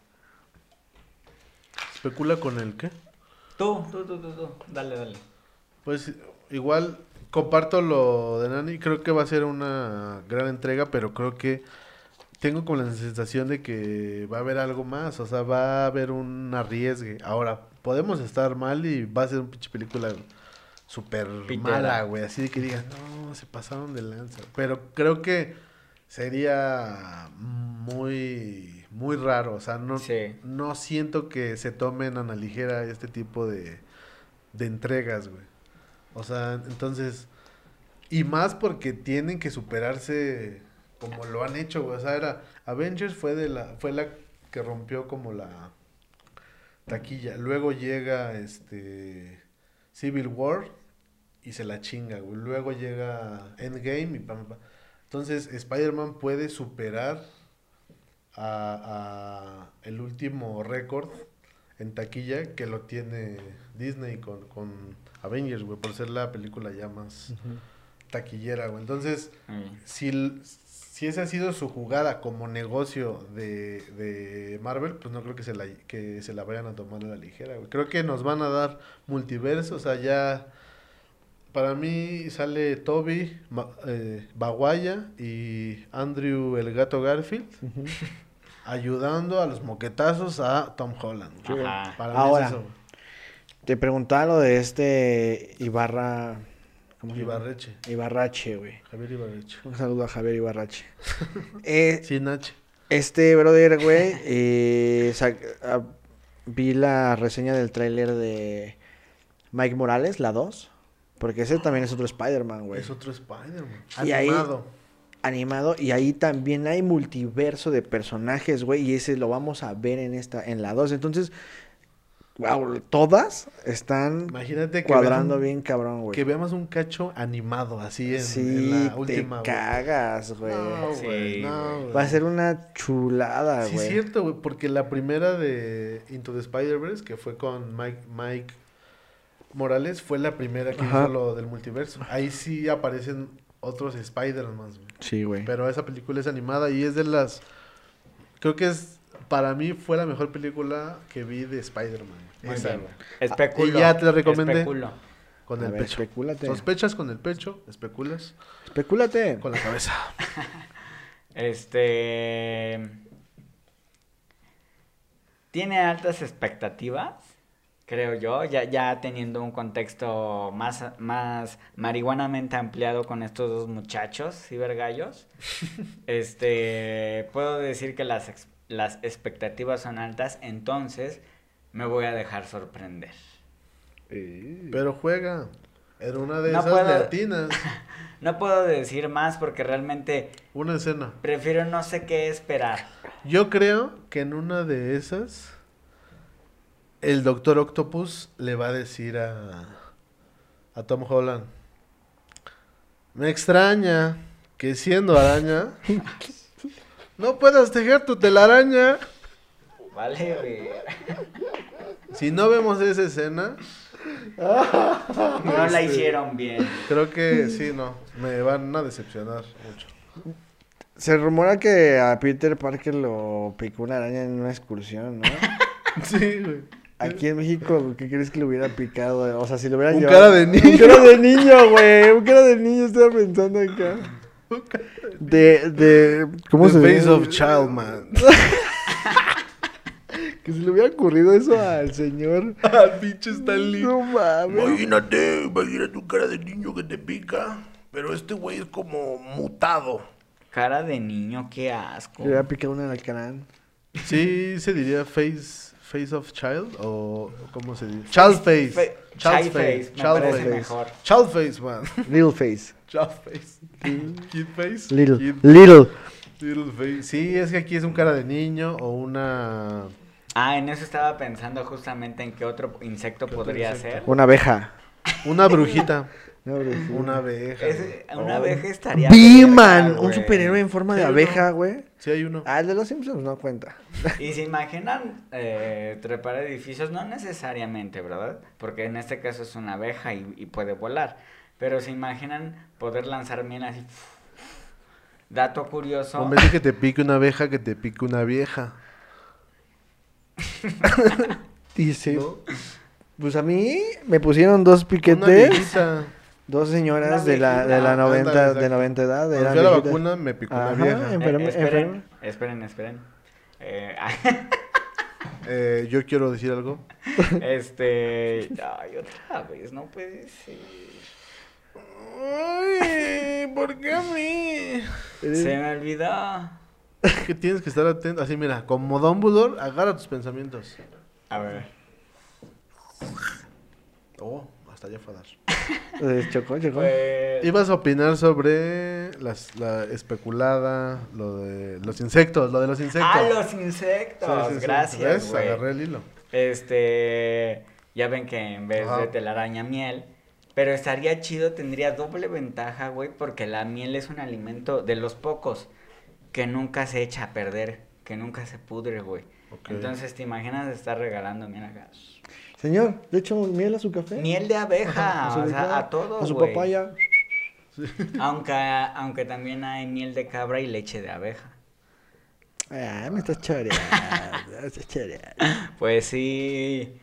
Speaker 4: ¿Especula con el qué?
Speaker 2: tú, tú, tú, tú, tú. Dale, dale.
Speaker 4: Pues igual comparto lo de Nani. Creo que va a ser una gran entrega, pero creo que tengo como la sensación de que va a haber algo más. O sea, va a haber un arriesgue. Ahora, podemos estar mal y va a ser una pinche película súper
Speaker 2: Pitera.
Speaker 4: mala, güey. Así de que digan, no, se pasaron de lanza. Pero creo que sería muy, muy raro. O sea, no,
Speaker 2: Sí.
Speaker 4: no siento que se tomen a la ligera este tipo de, de entregas, güey. O sea, entonces. Y más porque tienen que superarse como lo han hecho, güey. O sea, era. Avengers fue de la. fue la que rompió como la taquilla. Luego llega este. Civil War y se la chinga, güey. Luego llega Endgame y pam, pam. Entonces, Spider-Man puede superar a, a el último récord en taquilla que lo tiene Disney con, con Avengers, güey, por ser la película ya más taquillera, güey. Entonces,
Speaker 2: Mm.
Speaker 4: si, l- si esa ha sido su jugada como negocio de, de Marvel, pues no creo que se, la, que se la vayan a tomar a la ligera, güey. Creo que nos van a dar multiversos, o sea, ya... Para mí sale Toby, Ma- eh, Baguaya y Andrew el gato Garfield ayudando a los moquetazos a Tom Holland. güey.
Speaker 2: Ajá.
Speaker 4: Para
Speaker 3: Ahora,
Speaker 4: mí es eso. güey.
Speaker 3: Te preguntaba lo de este Ibarra... ¿Cómo se llama?
Speaker 4: Ibarreche.
Speaker 3: Ibarrache, güey.
Speaker 4: Javier Ibarreche.
Speaker 3: Un saludo a Javier Ibarrache. Eh,
Speaker 4: Sin H.
Speaker 3: este brother, güey, eh, sa- ah, vi la reseña del tráiler de Mike Morales, la 2. Porque ese también es otro Spider-Man, güey.
Speaker 4: Es otro Spider-Man.
Speaker 3: Y ahí-
Speaker 4: Animado.
Speaker 3: Animado. Y ahí también hay multiverso de personajes, güey. Y ese lo vamos a ver en esta, en la 2. Entonces, wow, todas están
Speaker 4: Imagínate que
Speaker 3: cuadrando
Speaker 4: veamos-
Speaker 3: bien cabrón, güey.
Speaker 4: Que veamos un cacho animado así en,
Speaker 3: sí,
Speaker 4: en la
Speaker 3: te
Speaker 4: última. güey.
Speaker 3: cagas, güey.
Speaker 4: No,
Speaker 2: Sí,
Speaker 4: güey, no,
Speaker 2: güey.
Speaker 4: güey.
Speaker 3: Va a ser una chulada, güey.
Speaker 4: Sí, es cierto, güey, porque la primera de Into the Spider-Verse, que fue con Mike, Mike Morales, fue la primera que
Speaker 3: Ajá.
Speaker 4: hizo lo del multiverso. Ahí sí aparecen otros Spider-Man, güey.
Speaker 3: Sí, güey.
Speaker 4: Pero esa película es animada y es de las. Creo que es. Para mí fue la mejor película que vi de Spider-Man.
Speaker 2: Muy
Speaker 4: Esa,
Speaker 2: bien.
Speaker 4: güey. Ah,
Speaker 2: Especulo.
Speaker 4: Y ya te la recomendé.
Speaker 2: Especulo.
Speaker 4: Con
Speaker 3: A
Speaker 4: el
Speaker 3: ver,
Speaker 4: pecho.
Speaker 3: especúlate.
Speaker 4: Sospechas con el pecho, especulas
Speaker 3: Especúlate.
Speaker 4: con la cabeza.
Speaker 2: Este. Tiene altas expectativas, creo yo, ya, ya teniendo un contexto más, más marihuanamente ampliado con estos dos muchachos, cibergallos. Este. Puedo decir que las, ex- las expectativas son altas, entonces me voy a dejar sorprender.
Speaker 4: Pero juega. Era una de
Speaker 2: No
Speaker 4: esas
Speaker 2: puedo.
Speaker 4: latinas.
Speaker 2: No puedo decir más porque realmente
Speaker 4: Una escena.
Speaker 2: prefiero no sé qué esperar.
Speaker 4: Yo creo que en una de esas. El Doctor Octopus le va a decir a. A Tom Holland. Me extraña que siendo araña. No puedas tejer tu telaraña.
Speaker 2: Vale, güey.
Speaker 4: Si no vemos esa escena,
Speaker 2: No la hicieron bien.
Speaker 4: creo que sí, no. Me van a decepcionar mucho.
Speaker 3: Se rumora que a Peter Parker lo picó una araña en una excursión, ¿no?
Speaker 4: Sí, güey.
Speaker 3: Aquí en México, ¿qué crees que le hubiera picado? O sea, si lo hubieran
Speaker 4: Un
Speaker 3: llevado...
Speaker 4: cara de niño.
Speaker 3: Un cara de niño, güey. Un cara de niño, estaba pensando acá. De, de... ¿Cómo
Speaker 4: The
Speaker 3: se
Speaker 4: Face
Speaker 3: dice?
Speaker 4: of Child Man.
Speaker 3: Que si le hubiera ocurrido eso al señor.
Speaker 4: Al pinche Stanley.
Speaker 3: No mames.
Speaker 5: Imagínate, imagínate un cara de niño que te pica, pero este güey es como mutado.
Speaker 2: Cara de niño, qué asco.
Speaker 3: Le hubiera picado un alacrán.
Speaker 4: Sí, se diría Face, face of Child o ¿cómo se diría? Child Face.
Speaker 2: Fe-
Speaker 4: child
Speaker 2: Child Face, me
Speaker 4: Child
Speaker 2: parece
Speaker 4: Face.
Speaker 2: mejor.
Speaker 4: Child Face, man.
Speaker 3: Little face.
Speaker 4: Child Face. Kid Face.
Speaker 3: Little.
Speaker 4: Kid-
Speaker 3: Little.
Speaker 4: little Face. Sí, es que aquí es un cara de niño o una...
Speaker 2: Ah, en eso estaba pensando justamente en qué otro insecto podría ser.
Speaker 3: Una abeja.
Speaker 4: Una brujita.
Speaker 3: No, güey, sí.
Speaker 4: una abeja.
Speaker 2: Es-
Speaker 4: güey.
Speaker 2: una
Speaker 4: Oh,
Speaker 2: abeja estaría.
Speaker 3: B-Man.
Speaker 2: verga,
Speaker 3: Un
Speaker 2: güey.
Speaker 3: superhéroe en forma de
Speaker 4: Sí,
Speaker 3: abeja,
Speaker 4: no.
Speaker 3: güey.
Speaker 4: Sí, hay uno.
Speaker 3: Ah, el de los Simpsons no cuenta.
Speaker 2: Y se imaginan eh, trepar edificios, no necesariamente, ¿verdad? Porque en este caso es una abeja y, y puede volar. Pero se imaginan poder lanzar minas y. Dato curioso.
Speaker 4: En vez de que te pique una abeja, que te pique una vieja.
Speaker 3: Dice.
Speaker 4: ¿no?
Speaker 3: Pues a mí me pusieron dos
Speaker 4: Una
Speaker 3: piquetes.
Speaker 4: viejita.
Speaker 3: Dos señoras
Speaker 2: Una
Speaker 3: de la, de la
Speaker 2: viejita.
Speaker 3: 90,
Speaker 4: Ándale,
Speaker 3: de
Speaker 4: exacto.
Speaker 3: 90 edad.
Speaker 4: Cuando
Speaker 3: eran
Speaker 4: fui a la
Speaker 3: viejitas.
Speaker 4: vacuna, me picó
Speaker 3: Ajá,
Speaker 4: una vieja.
Speaker 3: en-
Speaker 2: Eh,
Speaker 3: enferme- enferme.
Speaker 2: esperen, esperen, esperen. Eh,
Speaker 4: Eh, yo quiero decir algo.
Speaker 2: este. Ay, otra vez, no puede ser.
Speaker 4: Ay, ¿por qué a mí?
Speaker 2: Se me olvidó.
Speaker 4: Que tienes que estar atento. Así, mira, como Dumbledore, agarra tus pensamientos.
Speaker 2: A ver.
Speaker 4: Oh, hasta allá fue a dar.
Speaker 3: Eh, Chocó, chocó.
Speaker 2: Pues.
Speaker 4: Ibas a opinar sobre las, la especulada, lo de los insectos, lo de los insectos.
Speaker 2: ¡Ah, los
Speaker 4: Sí,
Speaker 2: insectos!
Speaker 4: sí, sí.
Speaker 2: Gracias,
Speaker 4: ¿Ves?
Speaker 2: güey.
Speaker 4: Agarré el hilo.
Speaker 2: Este, ya ven que en vez
Speaker 4: Ajá.
Speaker 2: de telaraña miel, pero estaría chido, tendría doble ventaja, güey, porque la miel es un alimento de los pocos que nunca se echa a perder, que nunca se pudre, güey.
Speaker 4: Ok.
Speaker 2: Entonces, ¿te imaginas estar regalando miel acá?
Speaker 3: Señor, de hecho, miel a su café.
Speaker 2: Miel de abeja,
Speaker 3: A su
Speaker 2: o sea,
Speaker 3: avellana,
Speaker 2: a todo,
Speaker 3: A su
Speaker 2: güey.
Speaker 3: papaya.
Speaker 2: Aunque, aunque también hay miel de cabra y leche de abeja.
Speaker 3: Ah, me estás choreando. me estás choreando.
Speaker 2: Pues sí.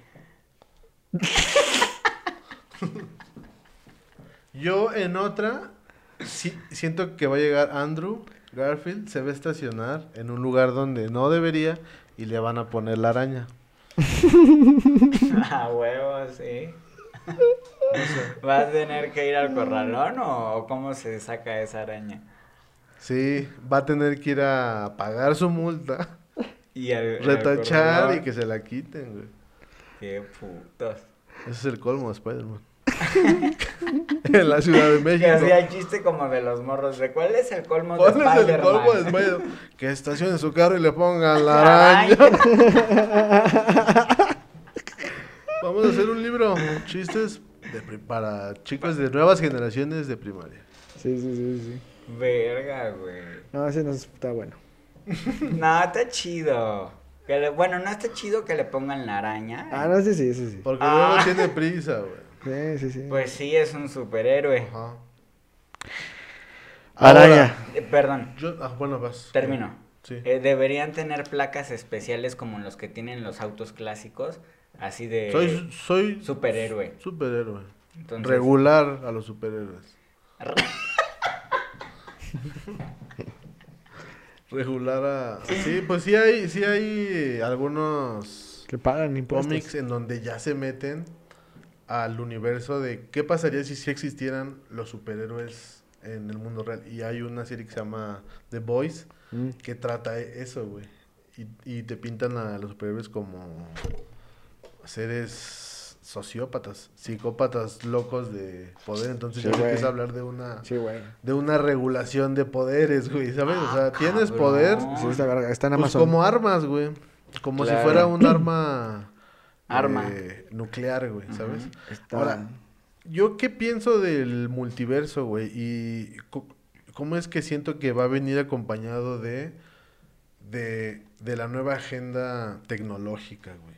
Speaker 4: Yo en otra sí- siento que va a llegar Andrew Garfield, se va a estacionar en un lugar donde no debería y le van a poner la araña.
Speaker 2: A huevo, sí. ¿Va a tener que ir al corralón o cómo se saca esa araña?
Speaker 4: Sí, va a tener que ir a pagar su multa,
Speaker 2: Y al- al
Speaker 4: retachar y
Speaker 2: corralón.
Speaker 4: que se la quiten, güey.
Speaker 2: Qué putos.
Speaker 4: Ese es el colmo de Spider-Man. en la Ciudad de
Speaker 2: Que
Speaker 4: México.
Speaker 2: hacía el chiste como de los morros. ¿De cuál es el colmo de
Speaker 4: ¿Cuál es el
Speaker 2: Spider-Man?
Speaker 4: colmo de Spider-Man? Que estacione su carro y le pongan la araña. Vamos a hacer un libro, chistes de pri- para chicos de nuevas generaciones de primaria.
Speaker 3: Sí, sí, sí, sí.
Speaker 2: Verga, güey.
Speaker 3: No, ese no está bueno.
Speaker 2: No, está chido. Que le- bueno, no está chido que le pongan la araña.
Speaker 3: Ah, no, sí, sí, sí, sí.
Speaker 4: Porque
Speaker 2: Ah.
Speaker 4: luego tiene prisa, güey.
Speaker 3: Sí, sí, sí.
Speaker 2: Pues sí, es un superhéroe.
Speaker 4: Ajá.
Speaker 3: Araña.
Speaker 2: Eh, perdón,
Speaker 4: Ahora, yo, ah, bueno, vas.
Speaker 2: termino.
Speaker 4: Sí.
Speaker 2: Eh, deberían tener placas especiales como los que tienen los autos clásicos. Así de.
Speaker 4: Eh, soy soy
Speaker 2: superhéroe.
Speaker 4: superhéroe.
Speaker 2: Entonces-
Speaker 4: Regular a los superhéroes. Regular a... Sí, pues sí hay, sí hay algunos
Speaker 3: Que pagan impuestos.
Speaker 4: cómics en donde ya se meten al universo de qué pasaría si sí existieran los superhéroes en el mundo real. Y hay una serie que se llama The Boys
Speaker 3: Mm.
Speaker 4: que trata e- eso, güey. Y, y te pintan a los superhéroes como seres sociópatas, psicópatas locos de poder. Entonces
Speaker 3: Sí,
Speaker 4: ya se
Speaker 3: güey.
Speaker 4: empieza a hablar de una
Speaker 3: Sí, güey.
Speaker 4: de una regulación de poderes, güey, ¿sabes? O sea,
Speaker 2: Ah,
Speaker 4: tienes
Speaker 2: cabrón.
Speaker 4: poder
Speaker 3: Sí, está verga. Está en
Speaker 4: pues
Speaker 3: Amazon.
Speaker 4: como armas, güey. Como si
Speaker 2: Claro.
Speaker 4: fuera un arma
Speaker 2: Arma.
Speaker 4: eh, nuclear, güey, ¿sabes?
Speaker 3: Está-
Speaker 4: Ahora, yo qué pienso del multiverso, güey, y co- cómo es que siento que va a venir acompañado de de, de la nueva agenda tecnológica, güey.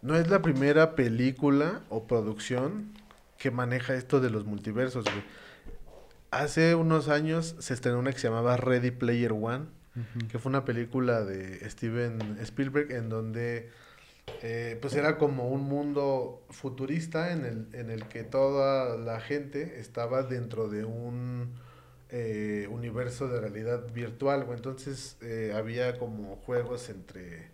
Speaker 4: No es la primera película o producción que maneja esto de los multiversos, güey. Hace unos años se estrenó una que se llamaba Ready Player One, que fue una película de Steven Spielberg en donde eh, pues era como un mundo futurista en el, en el que toda la gente estaba dentro de un eh, universo de realidad virtual. güey. Entonces eh, había como juegos entre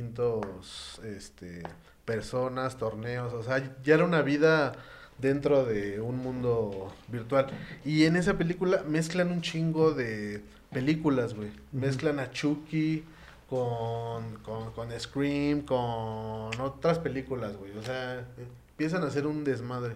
Speaker 4: distintos este, personas, torneos, o sea, ya era una vida dentro de un mundo virtual. Y en esa película mezclan un chingo de películas, güey. Mezclan a Chucky con, con, con Scream, con otras películas, güey. O sea, eh, empiezan a hacer un desmadre.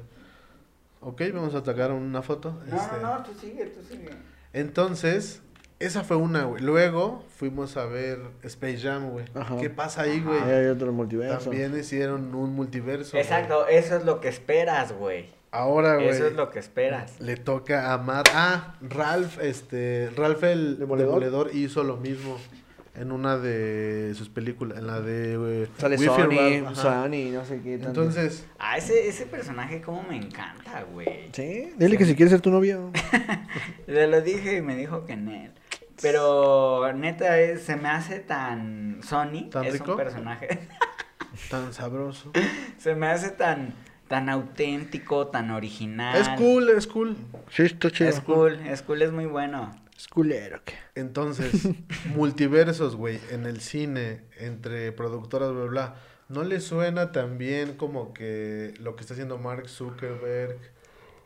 Speaker 4: Ok, vamos a atacar una foto. Este,
Speaker 2: tú sigue, tú sigue.
Speaker 4: Entonces, esa fue una, güey. Luego fuimos a ver Space Jam, güey.
Speaker 3: Ajá.
Speaker 4: ¿Qué pasa ahí, güey?
Speaker 3: Ahí Ah, hay otro multiverso.
Speaker 4: También hicieron un multiverso. güey.
Speaker 2: Exacto, eso es lo que esperas, güey.
Speaker 4: Ahora, güey.
Speaker 2: Eso es lo que esperas.
Speaker 4: Le toca a Matt. Ah, Ralph, este. Ralph el
Speaker 3: Demoledor.
Speaker 4: demoledor, hizo lo mismo en una de sus películas. En la de. güey,
Speaker 3: Sale
Speaker 4: We Fear Ralph,
Speaker 3: Sony,
Speaker 4: ajá.
Speaker 3: Sony, no sé qué. tanto.
Speaker 4: Entonces,
Speaker 2: Ah, ese, ese personaje como me encanta, güey.
Speaker 3: Sí, dile que si quieres ser tu novio.
Speaker 2: Le lo dije y me dijo que Nel. Pero neta, es- se me hace tan. Sony
Speaker 4: ¿Tan
Speaker 2: es
Speaker 4: rico?
Speaker 2: un personaje.
Speaker 4: tan sabroso.
Speaker 2: se me hace tan, tan auténtico, tan original.
Speaker 4: Es cool, es cool.
Speaker 3: Sí, está chido.
Speaker 2: Es cool, es cool, es muy bueno.
Speaker 3: Es culero, ¿qué?
Speaker 4: Entonces, multiversos, güey, en el cine, entre productoras, bla, bla, bla, ¿no le suena también como que lo que está haciendo Mark Zuckerberg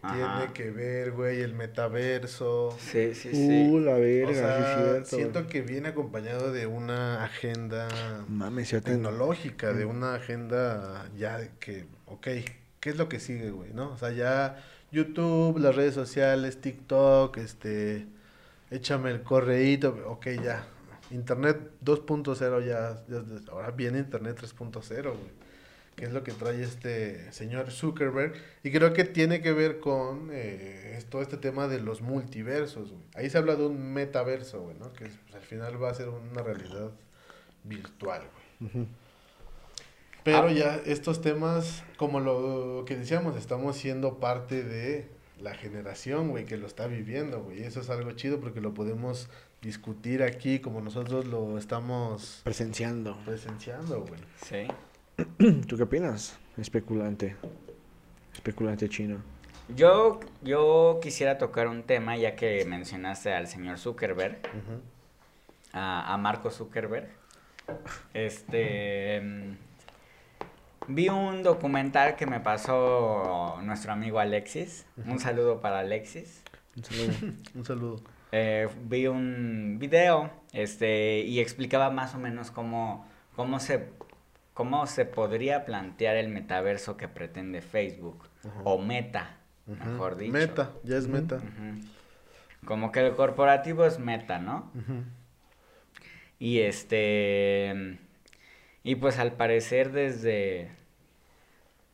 Speaker 2: Ajá.
Speaker 4: tiene que ver, güey, el metaverso?
Speaker 2: Sí, sí,
Speaker 3: Uh, la verga,
Speaker 4: O sea,
Speaker 3: sí, es cierto.
Speaker 4: siento
Speaker 3: güey.
Speaker 4: que viene acompañado de una agenda
Speaker 3: Mames, cierto.
Speaker 4: tecnológica, de una agenda ya de que, ok, ¿qué es lo que sigue, güey? ¿No? O sea, ya YouTube, las redes sociales, TikTok, este, échame el correíto, ok, ya. Internet 2.0 ya, ya- ahora viene Internet 3.0, güey. Que es lo que trae este señor Zuckerberg. Y creo que tiene que ver con eh, todo este tema de los multiversos, güey. Ahí se habla de un metaverso, güey, ¿no? Que es, pues, al final va a ser una realidad virtual, güey. Pero ya estos temas, como lo que decíamos, estamos siendo parte de la generación, güey, que lo está viviendo, güey. Y eso es algo chido porque lo podemos discutir aquí como nosotros lo estamos
Speaker 3: Presenciando.
Speaker 4: presenciando, güey.
Speaker 2: Sí.
Speaker 3: ¿Tú qué opinas? Especulante. Especulante chino.
Speaker 2: Yo, yo quisiera tocar un tema, ya que mencionaste al señor Zuckerberg, a, a Marco Zuckerberg. Este. mm, Vi un documental que me pasó nuestro amigo Alexis. Un saludo para Alexis.
Speaker 3: Un saludo.
Speaker 4: Un saludo.
Speaker 2: eh, vi un video este, y explicaba más o menos cómo, cómo, se, cómo se podría plantear el metaverso que pretende Facebook o Meta, mejor dicho.
Speaker 4: Meta, ya es meta.
Speaker 2: Ujú. Como que el corporativo es Meta, ¿no? Y este. Y pues al parecer desde.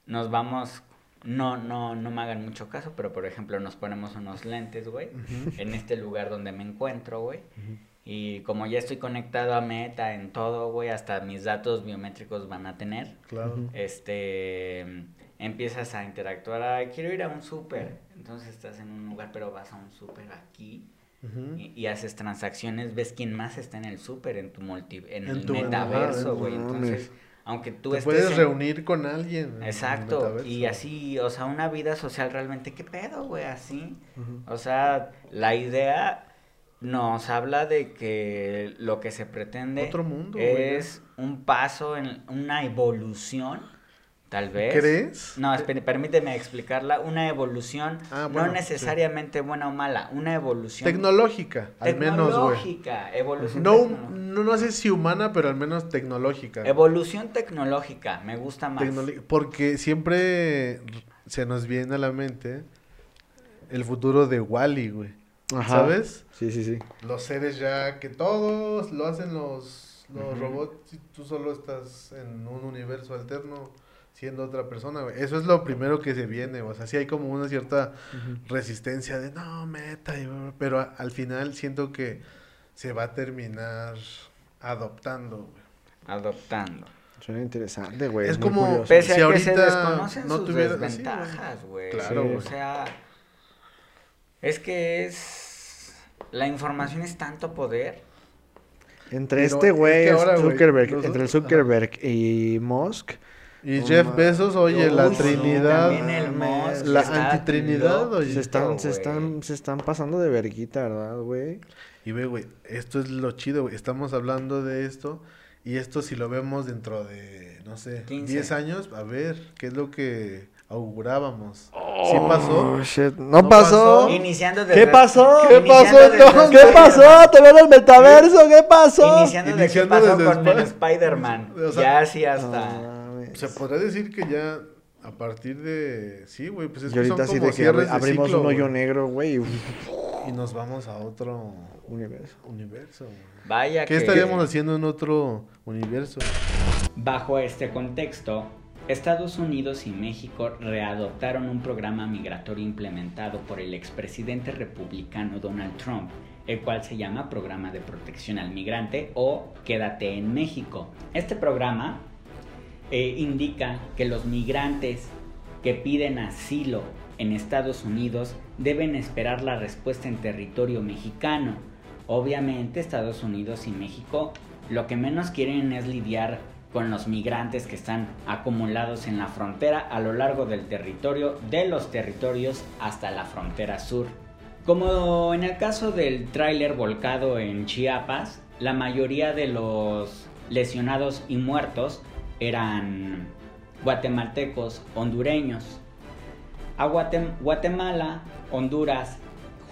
Speaker 2: Nos vamos. No, no, no me hagan mucho caso, pero por ejemplo nos ponemos unos lentes, güey. En este lugar donde me encuentro, güey. Y como ya estoy conectado a Meta en todo, güey, hasta mis datos biométricos van a tener
Speaker 4: Claro.
Speaker 2: este empiezas a interactuar ah, quiero ir a un súper entonces estás en un lugar pero vas a un súper aquí
Speaker 4: Ujú.
Speaker 2: y, y haces transacciones ves quién más está en el súper en tu multi en,
Speaker 4: En
Speaker 2: el
Speaker 4: tu-
Speaker 2: metaverso
Speaker 4: ajá,
Speaker 2: güey
Speaker 3: no
Speaker 2: entonces
Speaker 3: mames.
Speaker 2: aunque tú
Speaker 4: Te
Speaker 2: estés
Speaker 4: puedes
Speaker 2: en-
Speaker 4: reunir con alguien. en el
Speaker 2: exacto y
Speaker 4: metaverso.
Speaker 2: así o sea una vida social realmente qué pedo güey así o sea la idea nos habla de que lo que se pretende
Speaker 4: Otro mundo, güey.
Speaker 2: es un paso en una evolución tal vez
Speaker 4: ¿Crees?
Speaker 2: no, espere, permíteme explicarla. Una evolución
Speaker 4: Ah, bueno,
Speaker 2: no necesariamente buena o mala, una evolución
Speaker 4: Tecnológica, al menos, güey.
Speaker 2: tecnológica. pues, Evolución
Speaker 4: No,
Speaker 2: tecnológica.
Speaker 4: no, no sé si humana, pero al menos tecnológica.
Speaker 2: Evolución tecnológica, me gusta más.
Speaker 4: Tecnoli- Porque siempre se nos viene a la mente el futuro de Wally, güey.
Speaker 3: Ajá.
Speaker 4: ¿Sabes?
Speaker 3: Sí, sí, sí.
Speaker 4: Los seres ya que todos lo hacen los, los robots y tú solo estás en un universo alterno siendo otra persona, güey. Eso es lo primero que se viene, o sea, sí hay como una cierta resistencia de no, meta, y bla, bla", pero a- al final siento que se va a terminar adoptando, güey.
Speaker 2: Adoptando.
Speaker 3: Suena interesante, güey.
Speaker 4: Es
Speaker 3: muy
Speaker 4: como-
Speaker 3: curioso.
Speaker 2: Pese
Speaker 4: Pe-
Speaker 2: a
Speaker 4: Si
Speaker 2: que se
Speaker 4: ahorita
Speaker 2: desconocen
Speaker 4: no
Speaker 2: sus
Speaker 4: tuviera- sí,
Speaker 2: desventajas, güey.
Speaker 4: Claro,
Speaker 2: Sí.
Speaker 4: güey.
Speaker 2: O sea, es que es... La información es tanto poder.
Speaker 3: Entre
Speaker 4: Pero
Speaker 3: este
Speaker 4: es
Speaker 3: güey,
Speaker 4: que ahora, güey,
Speaker 3: Zuckerberg,
Speaker 4: nosotros-
Speaker 3: entre el Zuckerberg y Musk,
Speaker 4: Y
Speaker 3: No
Speaker 4: Jeff
Speaker 3: mames.
Speaker 4: Bezos, oye, la
Speaker 2: Uy, sí,
Speaker 4: Trinidad.
Speaker 2: también el Musk
Speaker 4: la
Speaker 2: está
Speaker 4: antitrinidad,
Speaker 2: loco,
Speaker 4: oye.
Speaker 3: se están, se
Speaker 2: güey.
Speaker 3: están, se están pasando de verguita, ¿verdad, güey?
Speaker 4: Y ve, güey, esto es lo chido, güey. Estamos hablando de esto. Y esto, si lo vemos dentro de, no sé,
Speaker 2: 15.
Speaker 4: 10 años, a ver, ¿qué es lo que augurábamos? ¿Sí pasó?
Speaker 3: Oh, shit. No,
Speaker 4: No
Speaker 3: pasó.
Speaker 4: pasó.
Speaker 2: Iniciando desde...
Speaker 3: ¿Qué pasó?
Speaker 4: ¿Qué
Speaker 2: Iniciando
Speaker 4: pasó,
Speaker 2: desde
Speaker 4: entonces?
Speaker 3: ¿Qué
Speaker 2: Spider-Man.
Speaker 3: pasó? ¿Te veo en el metaverso? ¿Qué pasó?
Speaker 2: Iniciando de qué
Speaker 4: Iniciando
Speaker 2: pasó
Speaker 4: desde
Speaker 2: con el
Speaker 4: Spi-
Speaker 2: Spider-man.
Speaker 4: O sea,
Speaker 2: ya así
Speaker 3: No
Speaker 2: hasta...
Speaker 3: mames.
Speaker 4: Se podría decir que ya a partir de... Sí, güey, pues es
Speaker 3: Y
Speaker 4: que son
Speaker 3: ahorita sí
Speaker 4: como
Speaker 3: de que
Speaker 4: cierres
Speaker 3: abri-
Speaker 4: de
Speaker 3: abrimos
Speaker 4: ciclo,
Speaker 3: un hoyo
Speaker 4: güey.
Speaker 3: negro, güey. y-
Speaker 4: Y nos vamos a otro
Speaker 3: Universo.
Speaker 4: universo, güey.
Speaker 2: Vaya
Speaker 4: ¿Qué
Speaker 2: que...
Speaker 4: estaríamos haciendo en otro universo?
Speaker 2: Bajo este contexto, Estados Unidos y México readoptaron un programa migratorio implementado por el expresidente republicano Donald Trump, el cual se llama Programa de Protección al Migrante o Quédate en México. Este programa eh, indica que los migrantes que piden asilo en Estados Unidos deben esperar la respuesta en territorio mexicano. Obviamente Estados Unidos y México lo que menos quieren es lidiar con los migrantes que están acumulados en la frontera a lo largo del territorio, de los territorios hasta la frontera sur. Como en el caso del tráiler volcado en Chiapas, la mayoría de los lesionados y muertos eran guatemaltecos, hondureños. A Guatem- Guatemala, Honduras,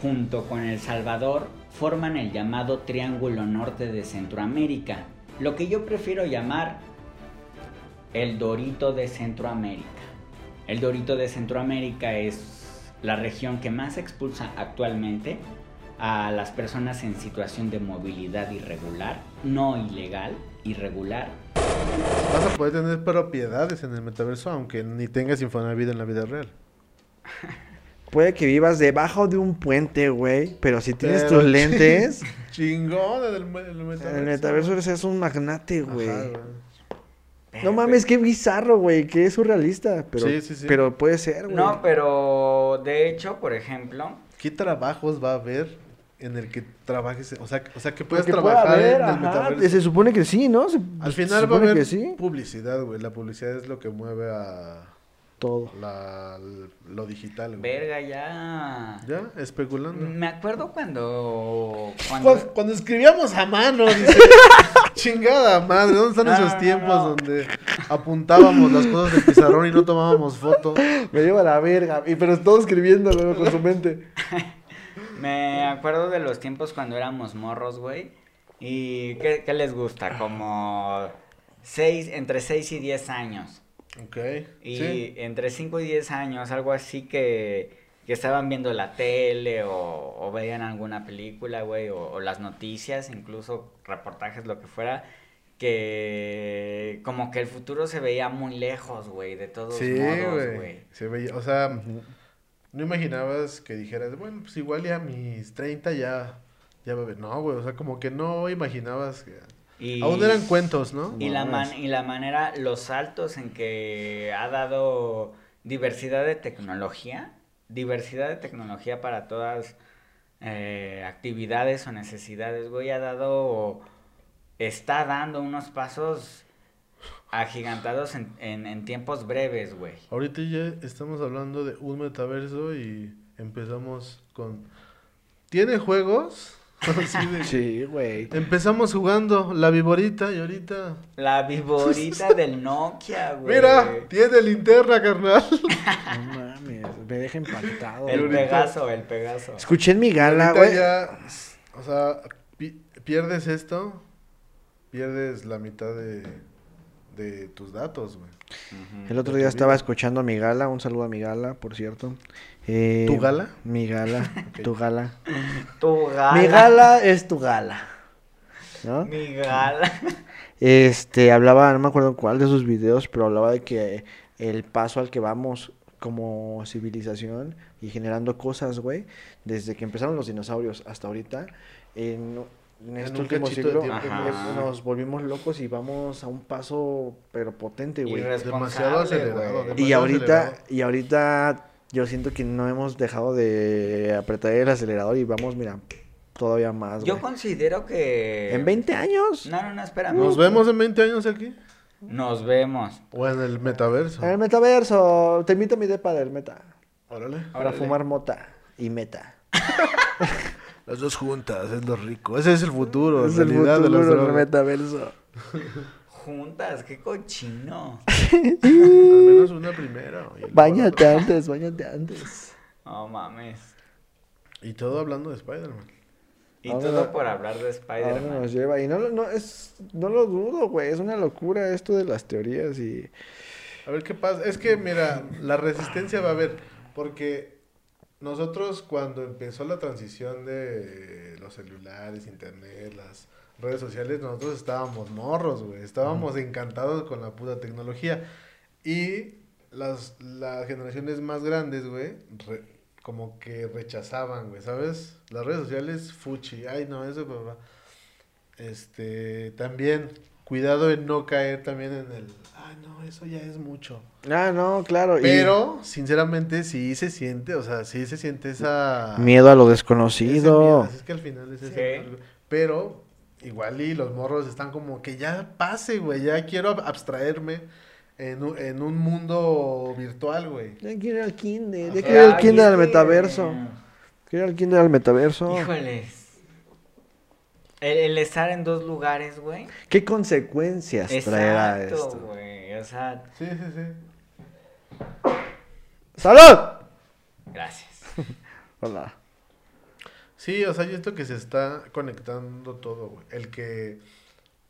Speaker 2: junto con El Salvador, forman el llamado Triángulo Norte de Centroamérica, lo que yo prefiero llamar el Dorito de Centroamérica. El Dorito de Centroamérica es la región que más expulsa actualmente a las personas en situación de movilidad irregular, no ilegal, irregular,
Speaker 4: Vas a poder tener propiedades en el metaverso, aunque ni tengas Infonavit en la vida real.
Speaker 3: Puede que vivas debajo de un puente, güey, pero si tienes
Speaker 4: Pero
Speaker 3: tus
Speaker 4: ching-
Speaker 3: lentes,
Speaker 4: Chingón en el, mu- en el metaverso.
Speaker 3: el metaverso es un magnate,
Speaker 4: Ajá,
Speaker 3: güey.
Speaker 2: Pero,
Speaker 3: No mames, qué bizarro, güey, qué surrealista, pero,
Speaker 4: Sí, sí, sí.
Speaker 3: pero puede ser, güey.
Speaker 2: No, pero de hecho, por ejemplo,
Speaker 4: ¿Qué trabajos va a haber en el que trabajes? O sea, que- o sea que
Speaker 3: Pero
Speaker 4: puedes
Speaker 3: que pueda
Speaker 4: trabajar
Speaker 3: haber,
Speaker 4: en el
Speaker 3: ajá,
Speaker 4: metaverso.
Speaker 3: Se supone que sí, ¿no? Se-
Speaker 4: Al
Speaker 3: se
Speaker 4: final va a
Speaker 3: supone que
Speaker 4: haber
Speaker 3: sí.
Speaker 4: publicidad, güey. La publicidad es lo que mueve a
Speaker 3: Todo.
Speaker 4: la- lo digital, güey.
Speaker 2: verga ya.
Speaker 4: Ya, especulando.
Speaker 2: Me acuerdo cuando. cuando...
Speaker 4: Cuando, cuando escribíamos a mano, dice, chingada madre, ¿dónde están
Speaker 2: No,
Speaker 4: esos
Speaker 2: no,
Speaker 4: tiempos
Speaker 2: no.
Speaker 4: donde apuntábamos las cosas del pizarrón y no tomábamos foto?
Speaker 3: Me lleva la verga, y, pero todo escribiéndolo con su mente.
Speaker 2: Me acuerdo de los tiempos cuando éramos morros, güey. ¿Y qué, qué les gusta? Como seis, entre 6 y 10 años.
Speaker 4: Ok.
Speaker 2: Y
Speaker 4: sí.
Speaker 2: entre 5 y 10 años, algo así que, que estaban viendo la tele o, o veían alguna película, güey, o, o las noticias, incluso reportajes, lo que fuera, que como que el futuro se veía muy lejos, güey, de todos
Speaker 4: Sí,
Speaker 2: modos,
Speaker 4: güey.
Speaker 2: güey.
Speaker 4: Se veía, o sea, no imaginabas que dijeras, bueno, pues igual ya a mis 30 ya, ya va a haber". No, güey, o sea, como que no imaginabas que...
Speaker 2: Y-
Speaker 4: Aún eran cuentos, ¿no?
Speaker 2: Y la, man- y la manera, los saltos en que ha dado diversidad de tecnología, diversidad de tecnología para todas eh, actividades o necesidades, güey, ha dado, está dando unos pasos agigantados en, en- en tiempos breves, güey.
Speaker 4: Ahorita ya estamos hablando de un metaverso y empezamos con... ¿Tiene juegos? Así de-
Speaker 3: Sí, güey.
Speaker 4: Empezamos jugando la viborita y ahorita...
Speaker 2: La viborita del Nokia, güey.
Speaker 4: Mira, tiene linterna, carnal.
Speaker 3: No mames, me deja impactado.
Speaker 2: el
Speaker 3: güey.
Speaker 2: Pegaso, el Pegaso.
Speaker 3: Escuché en mi gala,
Speaker 4: Ahorita
Speaker 3: güey.
Speaker 4: ya, o sea, pi- pierdes esto, pierdes la mitad de, de tus datos, güey.
Speaker 3: El otro día estaba escuchando a mi gala, un saludo a mi gala, por cierto. Eh,
Speaker 4: ¿Tu gala? Ah,
Speaker 3: Mi gala, tu gala.
Speaker 2: Tu gala.
Speaker 3: Mi gala es tu gala. ¿No?
Speaker 2: Mi gala.
Speaker 3: Este, hablaba, no me acuerdo cuál de sus videos, pero hablaba de que el paso al que vamos como civilización y generando cosas, güey, desde que empezaron los dinosaurios hasta ahorita, en en
Speaker 4: En
Speaker 3: este
Speaker 4: un
Speaker 3: último
Speaker 4: cachito de
Speaker 3: siglo
Speaker 4: tiempo,
Speaker 2: Ajá.
Speaker 3: em- nos volvimos locos y vamos a un paso pero potente, güey.
Speaker 4: Demasiado acelerado,
Speaker 2: güey.
Speaker 4: demasiado
Speaker 3: Y ahorita,
Speaker 4: pues, acelerado.
Speaker 3: y ahorita yo siento que no hemos dejado de apretar el acelerador y vamos, mira, todavía más,
Speaker 2: Yo
Speaker 3: güey.
Speaker 2: considero que...
Speaker 3: En 20 años.
Speaker 2: No, no, no, espérame.
Speaker 4: ¿Nos vemos en 20 años aquí?
Speaker 2: Nos vemos.
Speaker 4: ¿O en el metaverso?
Speaker 2: Ah,
Speaker 3: En el metaverso, te invito a mi depa del meta.
Speaker 4: Órale.
Speaker 3: Para fumar mota y meta.
Speaker 4: Las dos juntas, es lo rico. Ese es el futuro.
Speaker 3: es
Speaker 4: en
Speaker 3: el
Speaker 4: realidad, de
Speaker 3: futuro
Speaker 4: las
Speaker 3: del
Speaker 4: drogas.
Speaker 3: metaverso.
Speaker 2: Juntas, qué cochino.
Speaker 4: Al menos una primera. oye.
Speaker 3: Báñate antes, báñate antes.
Speaker 2: No mames.
Speaker 4: Y todo hablando de Spider-Man.
Speaker 2: Y
Speaker 3: Ahora-
Speaker 2: todo por hablar de
Speaker 3: ¿A dónde
Speaker 2: Spider-Man.
Speaker 3: nos lleva? Y no, lo- no, es, no lo dudo, güey. Es una locura esto de las teorías y...
Speaker 4: A ver qué pasa. Es que, mira, la resistencia va a haber. Porque nosotros, cuando empezó la transición de los celulares, internet, las redes sociales, nosotros estábamos morros, güey. Estábamos encantados con la puta tecnología. Y las, las generaciones más grandes, güey, re- como que rechazaban, güey, ¿sabes? Las redes sociales, fuchi. Ay, no, eso, papá. Este, también, cuidado en no caer también en el. Ay, no, eso ya es mucho.
Speaker 3: Ah, no, claro. y-
Speaker 4: Pero, sinceramente, sí se siente, o sea, sí se siente esa...
Speaker 3: Miedo a lo
Speaker 4: ese
Speaker 3: desconocido.
Speaker 4: miedo, así Es que al final es
Speaker 2: Sí.
Speaker 4: ese miedo. Pero, igual y los morros están como que ya pase, güey, ya quiero ab- abstraerme en un, en un mundo virtual, güey.
Speaker 3: Ya quiero ir al kinder, ya
Speaker 4: Ajá.
Speaker 3: quiero ir al
Speaker 2: Ay,
Speaker 3: Eh, kinder
Speaker 2: es
Speaker 3: al
Speaker 2: que-
Speaker 3: metaverso. Quiero ir al kinder al metaverso.
Speaker 2: Híjoles. El, el estar en dos lugares, güey.
Speaker 3: ¿Qué consecuencias traerá
Speaker 2: Exacto,
Speaker 3: esto?
Speaker 2: güey. O sea,
Speaker 4: Sí, sí, sí.
Speaker 3: ¡Salud!
Speaker 2: gracias.
Speaker 3: Hola.
Speaker 4: Sí, o sea, yo esto que se está conectando todo, güey. El que,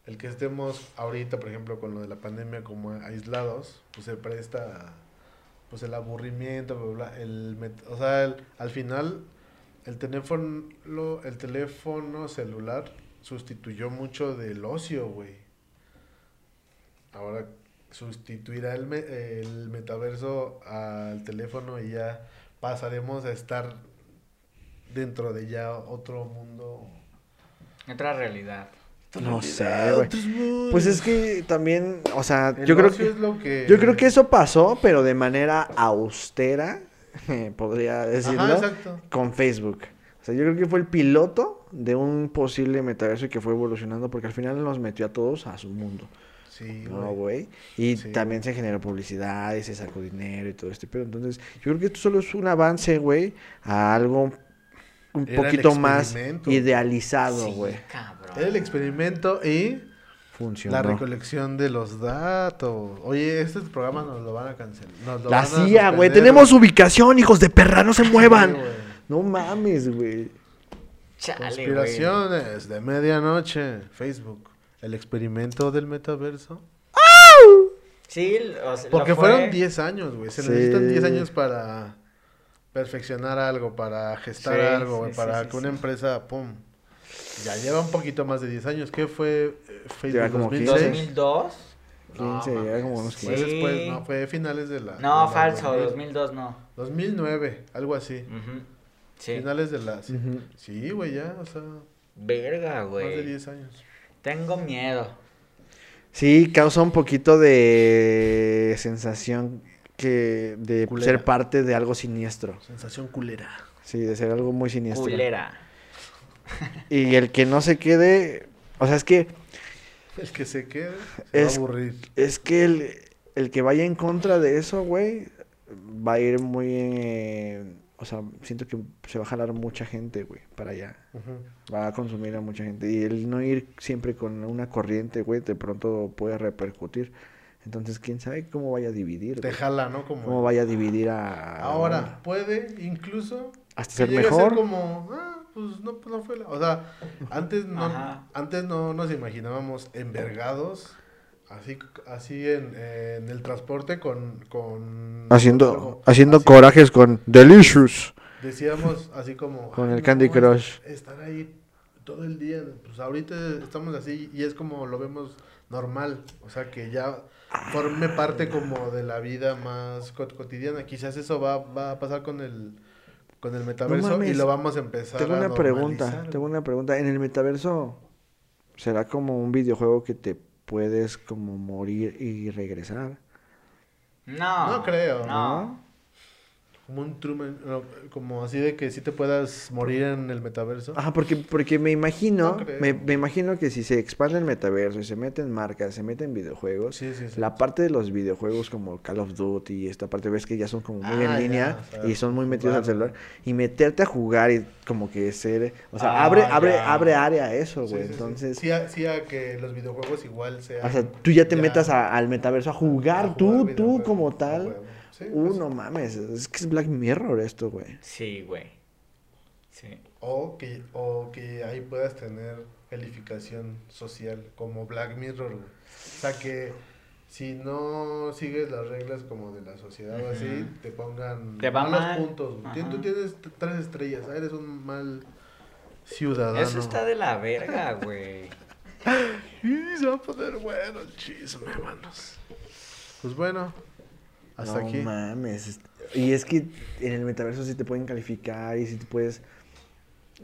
Speaker 4: el que estemos ahorita, por ejemplo, con lo de la pandemia como aislados, pues se presta, pues el aburrimiento, bla, bla, el, met- o sea, el- al final el teléfono, lo- el teléfono celular sustituyó mucho del ocio, güey. Ahora sustituirá el, me- el metaverso al teléfono y ya pasaremos a estar dentro de ya otro mundo.
Speaker 2: Otra realidad.
Speaker 3: No sé, güey. Pues es que también, o sea,
Speaker 4: El
Speaker 3: yo creo
Speaker 4: ocio
Speaker 3: que
Speaker 4: es lo que...
Speaker 3: yo creo que eso pasó, pero de manera austera, podría decirlo,
Speaker 4: Ajá, exacto.
Speaker 3: con Facebook. O sea, yo creo que fue el piloto de un posible metaverso y que fue evolucionando porque al final nos metió a todos a su mundo.
Speaker 4: Sí,
Speaker 3: No,
Speaker 4: güey.
Speaker 3: güey. Y
Speaker 4: Sí.
Speaker 3: también se generó publicidad y se sacó dinero y todo este pero Entonces, yo creo que esto solo es un avance, güey, a algo un
Speaker 4: Era el
Speaker 3: poquito más
Speaker 4: experimento.
Speaker 3: idealizado,
Speaker 2: Sí,
Speaker 3: güey.
Speaker 2: cabrón.
Speaker 4: El experimento y
Speaker 3: Funcionó.
Speaker 4: la recolección de los datos. Oye, este programa nos lo van a cancelar. Nos lo
Speaker 3: La
Speaker 4: van a
Speaker 3: CIA, güey.
Speaker 4: suspender.
Speaker 3: Tenemos ubicación, hijos de perra, no se
Speaker 4: Sí,
Speaker 3: muevan.
Speaker 4: güey.
Speaker 3: no mames, güey.
Speaker 2: Chale, güey.
Speaker 4: Conspiraciones de medianoche. Facebook. El experimento del metaverso.
Speaker 2: Sí, o sea, lo
Speaker 4: Porque
Speaker 2: fue-
Speaker 4: fueron 10 años, güey. Se
Speaker 3: Sí.
Speaker 4: necesitan 10 años para perfeccionar algo, para gestar
Speaker 2: Sí,
Speaker 4: algo, güey,
Speaker 2: sí,
Speaker 4: para
Speaker 2: sí, sí,
Speaker 4: que una
Speaker 2: sí.
Speaker 4: empresa, pum. Ya lleva un poquito más de 10 años. ¿Qué fue eh,
Speaker 3: Lleva
Speaker 4: Facebook
Speaker 3: como
Speaker 4: 2006?
Speaker 2: 2002.
Speaker 3: 15, ya
Speaker 4: mames.
Speaker 3: como unos
Speaker 4: Sí,
Speaker 2: 15.
Speaker 4: después, no, fue finales de la...
Speaker 2: No,
Speaker 4: de la
Speaker 2: falso,
Speaker 4: 2000.
Speaker 2: 2002 no.
Speaker 4: 2009, algo así.
Speaker 2: Ujú. Sí.
Speaker 4: Finales de la... Sí,
Speaker 3: Ujú.
Speaker 4: Sí, güey, ya, o sea,
Speaker 2: Verga,
Speaker 4: más de
Speaker 2: güey.
Speaker 4: 10 años.
Speaker 2: Tengo miedo.
Speaker 3: Sí, causa un poquito de sensación que de
Speaker 4: Culera.
Speaker 3: ser parte de algo siniestro.
Speaker 4: Sensación culera.
Speaker 3: Sí, de ser algo muy siniestro.
Speaker 2: Culera.
Speaker 3: Y el que no se quede, o sea, es que
Speaker 4: El que se quede se
Speaker 3: Es-
Speaker 4: va a aburrir.
Speaker 3: es que el, el que vaya en contra de eso, güey, va a ir muy eh, o sea, siento que se va a jalar mucha gente, güey, para allá.
Speaker 4: Ujú.
Speaker 3: Va a consumir a mucha gente y el no ir siempre con una corriente, güey, de pronto puede repercutir. Entonces, quién sabe cómo vaya a dividir,
Speaker 4: Te
Speaker 3: güey?
Speaker 4: jala, ¿no? Como...
Speaker 3: cómo vaya a dividir a
Speaker 4: Ahora, puede incluso
Speaker 3: Ah, hasta
Speaker 4: que
Speaker 3: ser
Speaker 4: llegue a
Speaker 3: mejor.
Speaker 4: como, ah, pues no, pues, no fue la... O sea, antes no,
Speaker 2: Ajá.
Speaker 4: antes no nos imaginábamos envergados, así, así en, en el transporte con... con
Speaker 3: Haciendo,
Speaker 4: algo.
Speaker 3: haciendo
Speaker 4: Así
Speaker 3: corajes con Delicious.
Speaker 4: Decíamos así como...
Speaker 3: Con
Speaker 4: "Ay,
Speaker 3: el Candy
Speaker 4: es-
Speaker 3: Crush".
Speaker 4: Estar ahí todo el día, pues ahorita estamos así y es como lo vemos normal, o sea que ya forme parte como de la vida más cot- cotidiana. Quizás eso va, va a pasar con el con el metaverso
Speaker 3: No mames.
Speaker 4: y lo vamos a empezar
Speaker 3: Tengo
Speaker 4: a
Speaker 3: una pregunta,
Speaker 4: normalizar.
Speaker 3: tengo una pregunta. En el metaverso, ¿será como un videojuego que te puedes como morir y regresar?
Speaker 2: No.
Speaker 4: No creo.
Speaker 2: No.
Speaker 4: Como un Truman, no, como así de que sí te puedas morir en el metaverso.
Speaker 3: Ajá, porque, porque me imagino,
Speaker 4: No creo.
Speaker 3: me, me imagino que si se expande el metaverso y se meten marcas, se meten videojuegos,
Speaker 4: Sí, sí, sí.
Speaker 3: la parte de los videojuegos como Call of Duty y esta parte, ves que ya son como muy
Speaker 4: Ah,
Speaker 3: en línea
Speaker 4: ya, o sea,
Speaker 3: y son muy metidos al
Speaker 4: jugar.
Speaker 3: celular, y meterte a jugar y como que ser, o sea,
Speaker 2: Ah,
Speaker 3: abre, abre,
Speaker 2: ya.
Speaker 3: abre área a eso,
Speaker 4: Sí,
Speaker 3: güey,
Speaker 4: sí, sí.
Speaker 3: entonces...
Speaker 4: Sí a, sí a que los videojuegos igual sean.
Speaker 3: O sea, tú ya te metas a- al metaverso a jugar,
Speaker 4: a jugar
Speaker 3: tú, tú
Speaker 4: videojuegos,
Speaker 3: como
Speaker 4: a
Speaker 3: tal.
Speaker 4: huevo. Sí,
Speaker 3: uh,
Speaker 4: pues.
Speaker 3: no mames, es que es Black Mirror esto, güey.
Speaker 2: Sí, güey. Sí.
Speaker 4: O que, o que ahí puedas tener calificación social, como Black Mirror, güey. O sea, que si no sigues las reglas como de la sociedad o así,
Speaker 2: Ujú.
Speaker 4: te pongan
Speaker 2: Te va
Speaker 4: malos
Speaker 2: mal.
Speaker 4: puntos. güey. Tien-
Speaker 2: Ajá.
Speaker 4: Tú tienes t- tres estrellas, ah, eres un mal
Speaker 3: Ah,
Speaker 4: ciudadano.
Speaker 2: Eso está de la verga, güey.
Speaker 4: Y se va a poner bueno el chisme, manos. Pues bueno, hasta
Speaker 3: no
Speaker 4: aquí.
Speaker 3: mames. es- Y es que en el metaverso sí te pueden calificar y sí te puedes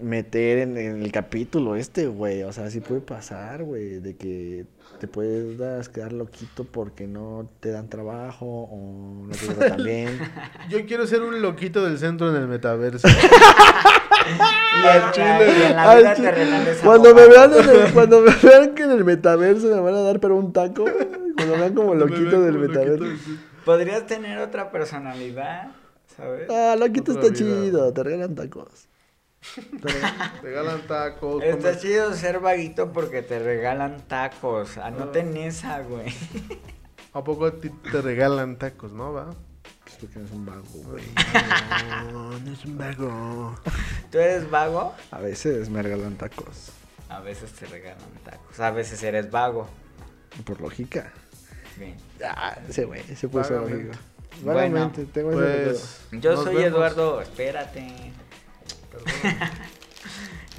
Speaker 3: meter en, en el capítulo este, güey. O sea, sí puede pasar, güey, de que te puedas quedar loquito porque no te dan trabajo o no te tratan bien.
Speaker 4: Yo quiero ser un loquito del centro en el metaverso.
Speaker 2: Y en la- y en la
Speaker 3: Ay,
Speaker 2: vida
Speaker 3: sí.
Speaker 2: terrenal es
Speaker 3: cuando me
Speaker 2: abogado.
Speaker 3: vean en el- cuando me vean que en el metaverso me van a dar pero un taco, cuando me vean como loquito del metaverso.
Speaker 2: Podrías tener otra personalidad, ¿sabes?
Speaker 3: Ah, loquito
Speaker 4: Otra
Speaker 3: está
Speaker 4: vida.
Speaker 3: chido, te regalan tacos.
Speaker 4: Regalan tacos.
Speaker 2: Está
Speaker 4: comen-
Speaker 2: chido ser vaguito porque te regalan tacos. Ah,
Speaker 3: Ah.
Speaker 2: Anoten esa, güey.
Speaker 4: ¿A poco a ti te regalan tacos, no, va?
Speaker 3: Pues porque eres un vago, güey.
Speaker 4: No, no es un vago.
Speaker 2: ¿Tú eres vago?
Speaker 3: A veces me regalan tacos,
Speaker 2: A veces te regalan tacos. A veces eres vago.
Speaker 3: por lógica.
Speaker 2: Bien.
Speaker 3: Ah, ese güey, ese puede ser
Speaker 4: Vagamente.
Speaker 3: lógico.
Speaker 2: Bueno,
Speaker 3: Vagamente, tengo ese recuerdo.
Speaker 4: Pues.
Speaker 2: Yo
Speaker 4: nos
Speaker 2: soy
Speaker 4: vemos.
Speaker 2: Eduardo, espérate.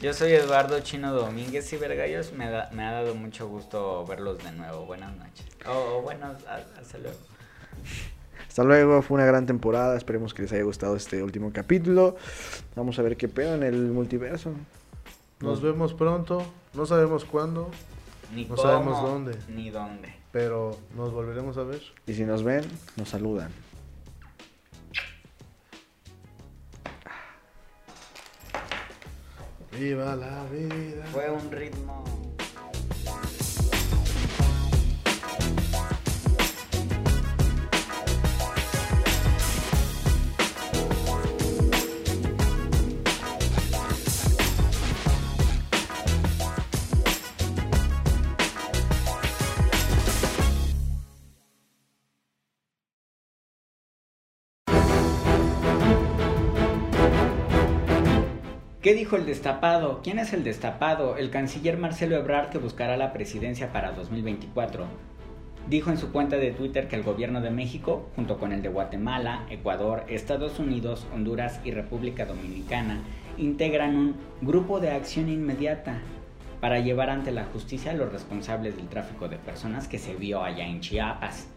Speaker 2: Yo soy Eduardo Chino Domínguez y Vergallos. Me, da- me ha dado mucho gusto verlos de nuevo. Buenas noches. O o buenas, a- hasta luego.
Speaker 3: Hasta luego, fue una gran temporada. Esperemos que les haya gustado este último capítulo. Vamos a ver qué pedo en el multiverso.
Speaker 4: Nos vemos pronto. No sabemos cuándo,
Speaker 2: Ni
Speaker 4: No
Speaker 2: cómo,
Speaker 4: sabemos dónde.
Speaker 2: Ni dónde.
Speaker 4: pero nos volveremos a ver.
Speaker 3: Y si nos ven, nos saludan.
Speaker 4: Viva la vida.
Speaker 2: Fue un ritmo. ¿Qué dijo el destapado? ¿Quién es el destapado? El canciller Marcelo Ebrard que buscará la presidencia para 2024. Dijo en su cuenta de Twitter que el gobierno de México, junto con el de Guatemala, Ecuador, Estados Unidos, Honduras y República Dominicana, integran un grupo de acción inmediata para llevar ante la justicia a los responsables del tráfico de personas que se vio allá en Chiapas.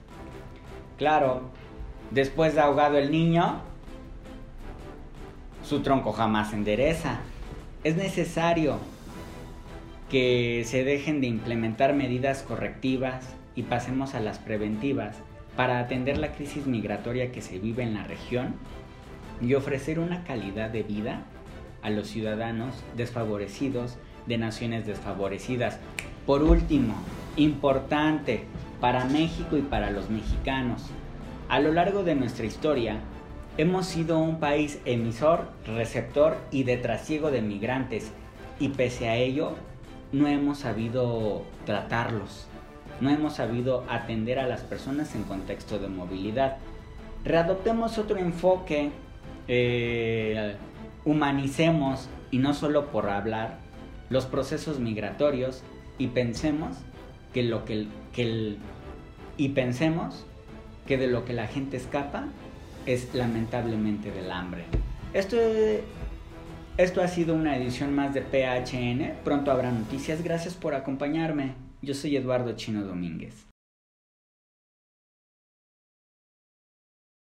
Speaker 2: Claro, después de ahogado el niño, su tronco jamás se endereza. Es necesario que se dejen de implementar medidas correctivas y pasemos a las preventivas para atender la crisis migratoria que se vive en la región y ofrecer una calidad de vida a los ciudadanos desfavorecidos de naciones desfavorecidas. Por último, importante para México y para los mexicanos, a lo largo de nuestra historia hemos sido un país emisor, receptor y de trasiego de migrantes y pese a ello no hemos sabido tratarlos, no hemos sabido atender a las personas en contexto de movilidad readoptemos otro enfoque, eh, humanicemos y no solo por hablar los procesos migratorios y pensemos que lo que, el- que el- y pensemos que de lo que la gente escapa es lamentablemente del hambre. Esto, esto ha sido una edición más de PHN. Pronto habrá noticias. Gracias por acompañarme. Yo soy Eduardo Chino Domínguez.